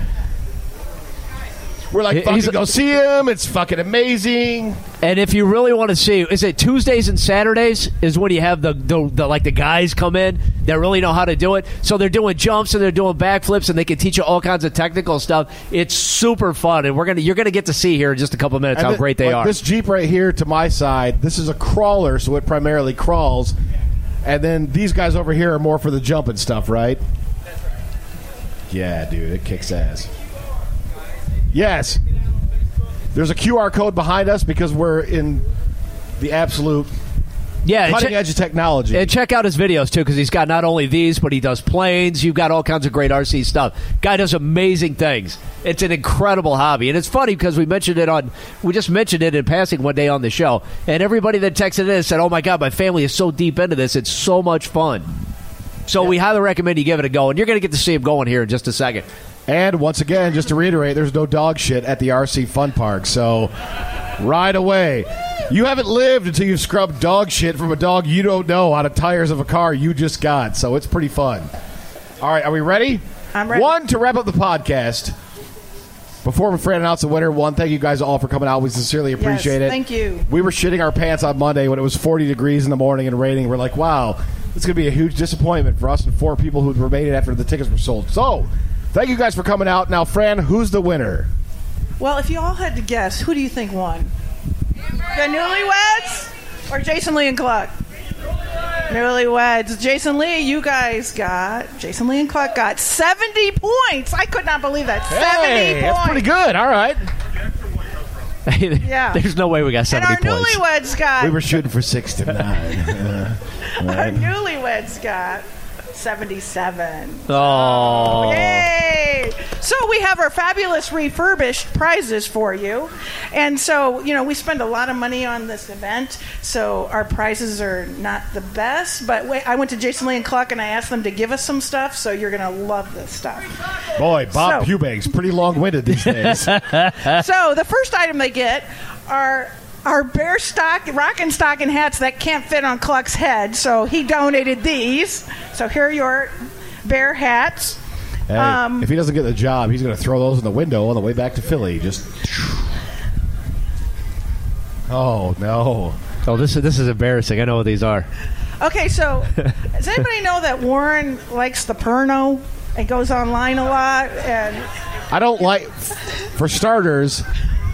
We're
He-
like,
he's-
fucking go see him. It's fucking amazing.
and if you really want to see, is it Tuesdays and Saturdays is when you have the, the, the like the guys come in that really know how to do it. So they're doing jumps and they're doing backflips and they can teach you all kinds of technical stuff. It's super fun, and we're gonna you're gonna get to see here in just a couple minutes how
And thi-
great they
like
are.
This Jeep right here to my side, this is a crawler, so it primarily crawls. And then these guys over here are more for the jump and stuff, right? Yeah, dude, it kicks ass. Yes. There's a QR code behind us because we're in the absolute
yeah, and
cutting
check-
edge of technology.
And Uh, check out his videos too, because he's got not only these, but he does planes. You've got all kinds of great RC stuff. Guy does amazing things. It's an incredible hobby, and it's funny because we mentioned it on, we just mentioned it in passing one day on the show, and everybody that texted in said, "Oh my god, my family is so deep into this. It's so much fun." So we highly recommend you give it a go, and you're going to get to see him going here in just a second.
And once again, just to reiterate, there's no dog shit at the RC Fun Park. So ride away. You haven't lived until you've scrubbed dog shit from a dog you don't know out of tires of a car you just got. So it's pretty fun. All right, are we ready?
I'm ready.
One, to wrap up the podcast. Before Fran announced the winner, one, thank you guys all for coming out. We sincerely appreciate
Yes,
it.
thank you.
We were shitting our pants on Monday when it was 40 degrees in the morning and raining. We're like, wow, it's going to be a huge disappointment for us and four people who remained after the tickets were sold. So, thank you guys for coming out. Now, Fran, who's the winner?
Well, if you all had to guess, who do you think won? The newlyweds or Jason Lee and Cluck? Newlyweds. Jason Lee, you guys got Jason Lee and Cluck got 70 points. I could not believe that. 70
hey,
points.
that's pretty good. All right.
Yeah.
There's no way we got
And
70
our
points.
newlyweds got
We were shooting for 69.
our newlyweds got 77.
oh.
Yay! So we have our fabulous refurbished prizes for you. And so, you know, we spend a lot of money on this event, so our prizes are not the best. But wait, I went to Jason Lee and Cluck and I asked them to give us some stuff, so you're going to love this stuff.
Boy, Bob
So-
Hubanks, pretty long winded these days.
so the first item they get are. Our bear stock, rockin' stocking hats that can't fit on Cluck's head, so he donated these. So here are your bear hats.
Hey, if he doesn't get the job, he's going to throw those in the window on the way back to Philly. Just. Oh, no.
Oh, this is, this is embarrassing. I know what these are.
Okay, so does anybody know that Warren likes the porno and goes online a lot? And
I don't like, for starters,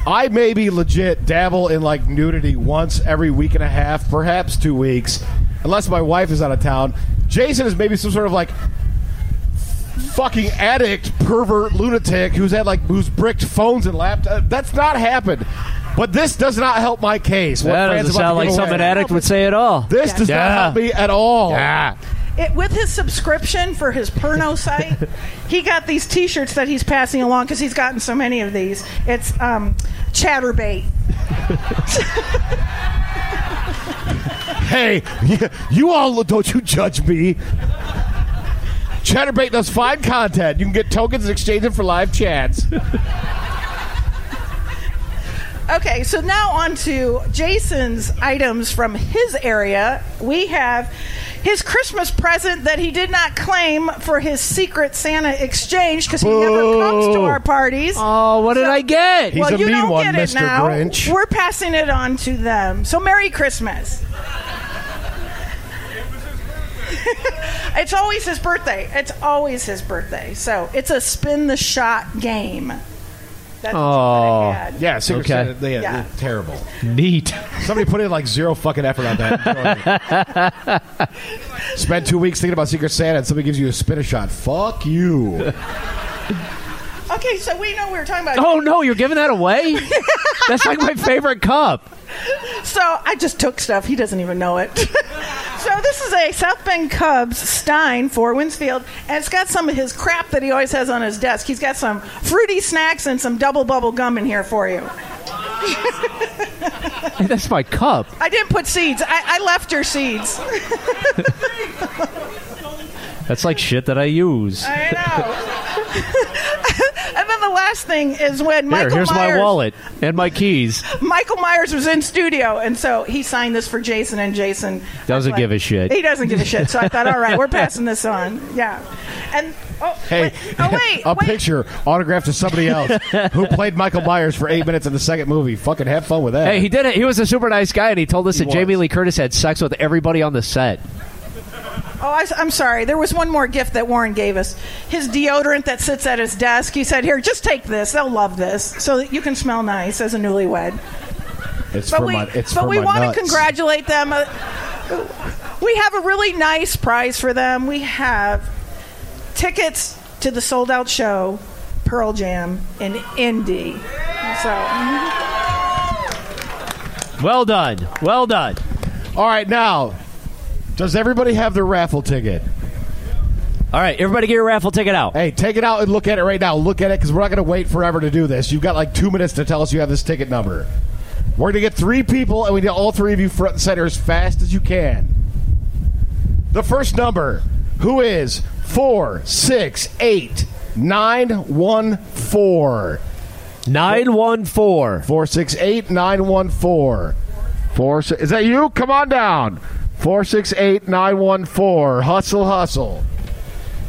I maybe legit dabble in like nudity once every week and a half, perhaps two weeks, unless my wife is out of town. Jason is maybe some sort of like fucking addict, pervert, lunatic who's had like who's bricked phones and laptops. Uh, That's not happened. But this does not help my case. What
that
Fran's
doesn't
about to
sound like
give
something an
away.
addict would say at all.
This does
Yeah.
not help me at all. Yeah.
it, with his subscription for his porno site, he got these T-shirts that he's passing along because he's gotten so many of these. It's um, chatterbait.
Hey, you all don't you judge me. Chatterbait does fine content. You can get tokens and exchange them for live chats.
Okay, so now on to Jason's items from his area. We have his Christmas present that he did not claim for his secret Santa exchange because he never comes to
Boo.
our parties.
Oh, what did I get?
He's
well,
a
you
mean
don't
one,
get it
Mr.
now.
Grinch.
We're passing it on to them. So Merry Christmas. it's always his birthday. It's always his birthday. So it's a spin the shot game. That's
Oh.
what I had.
Yeah, Secret
Okay.
Santa, they,
Yeah.
they're terrible.
Neat.
Somebody put in like zero fucking effort on that. Spend two weeks thinking about Secret Santa and somebody gives you a spin a shot. Fuck you.
Okay, so we know we were talking about.
Oh, no, you're giving that away? That's like my favorite cup.
So I just took stuff. He doesn't even know it. so this is a South Bend Cubs Stein for Winsfield, and it's got some of his crap that he always has on his desk. He's got some fruity snacks and some double bubble gum in here for you.
Hey, that's my cup.
I didn't put seeds. I, I left your seeds.
That's like shit that I use.
I know. and then the last thing is when
Here,
Michael
here's
Myers,
my wallet and my keys.
Michael Myers was in studio, and so he signed this for Jason, and Jason
Doesn't give a shit.
He doesn't give a shit. So I thought, all right, we're passing this on. Yeah. And oh,
Hey,
wait, oh wait,
a
wait.
picture autographed to somebody else who played Michael Myers for eight minutes in the second movie. Fucking have fun with that.
Hey, he did it. He was a super nice guy, and he told us that Jamie Lee Curtis had sex with everybody on the set.
Oh, I, am sorry. There was one more gift that Warren gave us. His deodorant that sits at his desk. He said, "Here, just take this. They'll love this, so that you can smell nice as a newlywed."
it's
But
for
we,
my, it's
but
for
we
my
want
nuts.
to congratulate them. Uh, We have a really nice prize for them. We have tickets to the sold out show, Pearl Jam in Indy. So
Well done. Well done.
All right, now, does everybody have their raffle ticket?
All right, everybody get your raffle ticket out.
Hey, take it out and look at it right now. Look at it because we're not going to wait forever to do this. You've got like two minutes to tell us you have this ticket number. We're going to get three people, and we need all three of you front and center as fast as you can. The first number, who is four, six, eight, 914.
914.
468 914. Four, si- is that you? Come on down. 468 914. Hustle, hustle.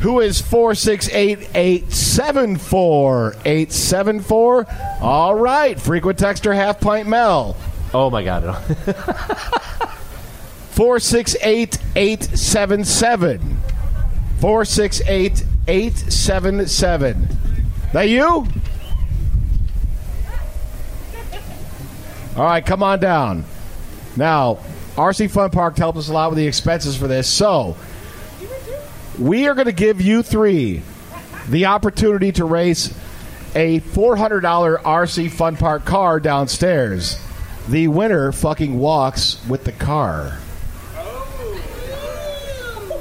Who is 468 874? 874? All right. Frequent texter, half pint Mel.
Oh my God.
468 877. 468 877. That you? All right, come on down. Now, RC Fun Park helped us a lot with the expenses for this, so we are going to give you three the opportunity to race a $400 RC Fun Park car downstairs. The winner fucking walks with the car.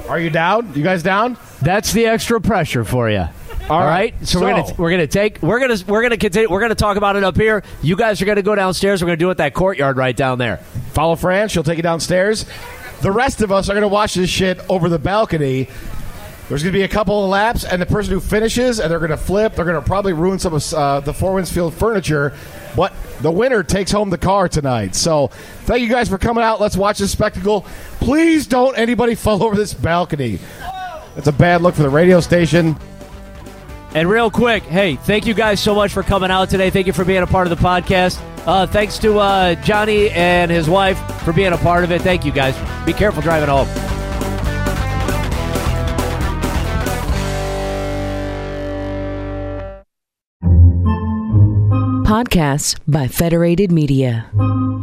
Are you down? You guys down?
That's the extra pressure for you. All right, so, we're gonna we're gonna take we're gonna we're gonna continue we're gonna talk about it up here. You guys are gonna go downstairs. We're gonna do it at that courtyard right down there.
Follow Fran. She'll take you downstairs. The rest of us are going to watch this shit over the balcony. There's going to be a couple of laps, and the person who finishes, and they're going to flip. They're going to probably ruin some of uh, the Four Winds Field furniture, but the winner takes home the car tonight. So, thank you guys for coming out. Let's watch this spectacle. Please don't anybody fall over this balcony. That's a bad look for the radio station.
And real quick, hey, thank you guys so much for coming out today. Thank you for being a part of the podcast. Uh, thanks to uh, Johnny and his wife for being a part of it. Thank you guys. Be careful driving home.
Podcasts by Federated Media.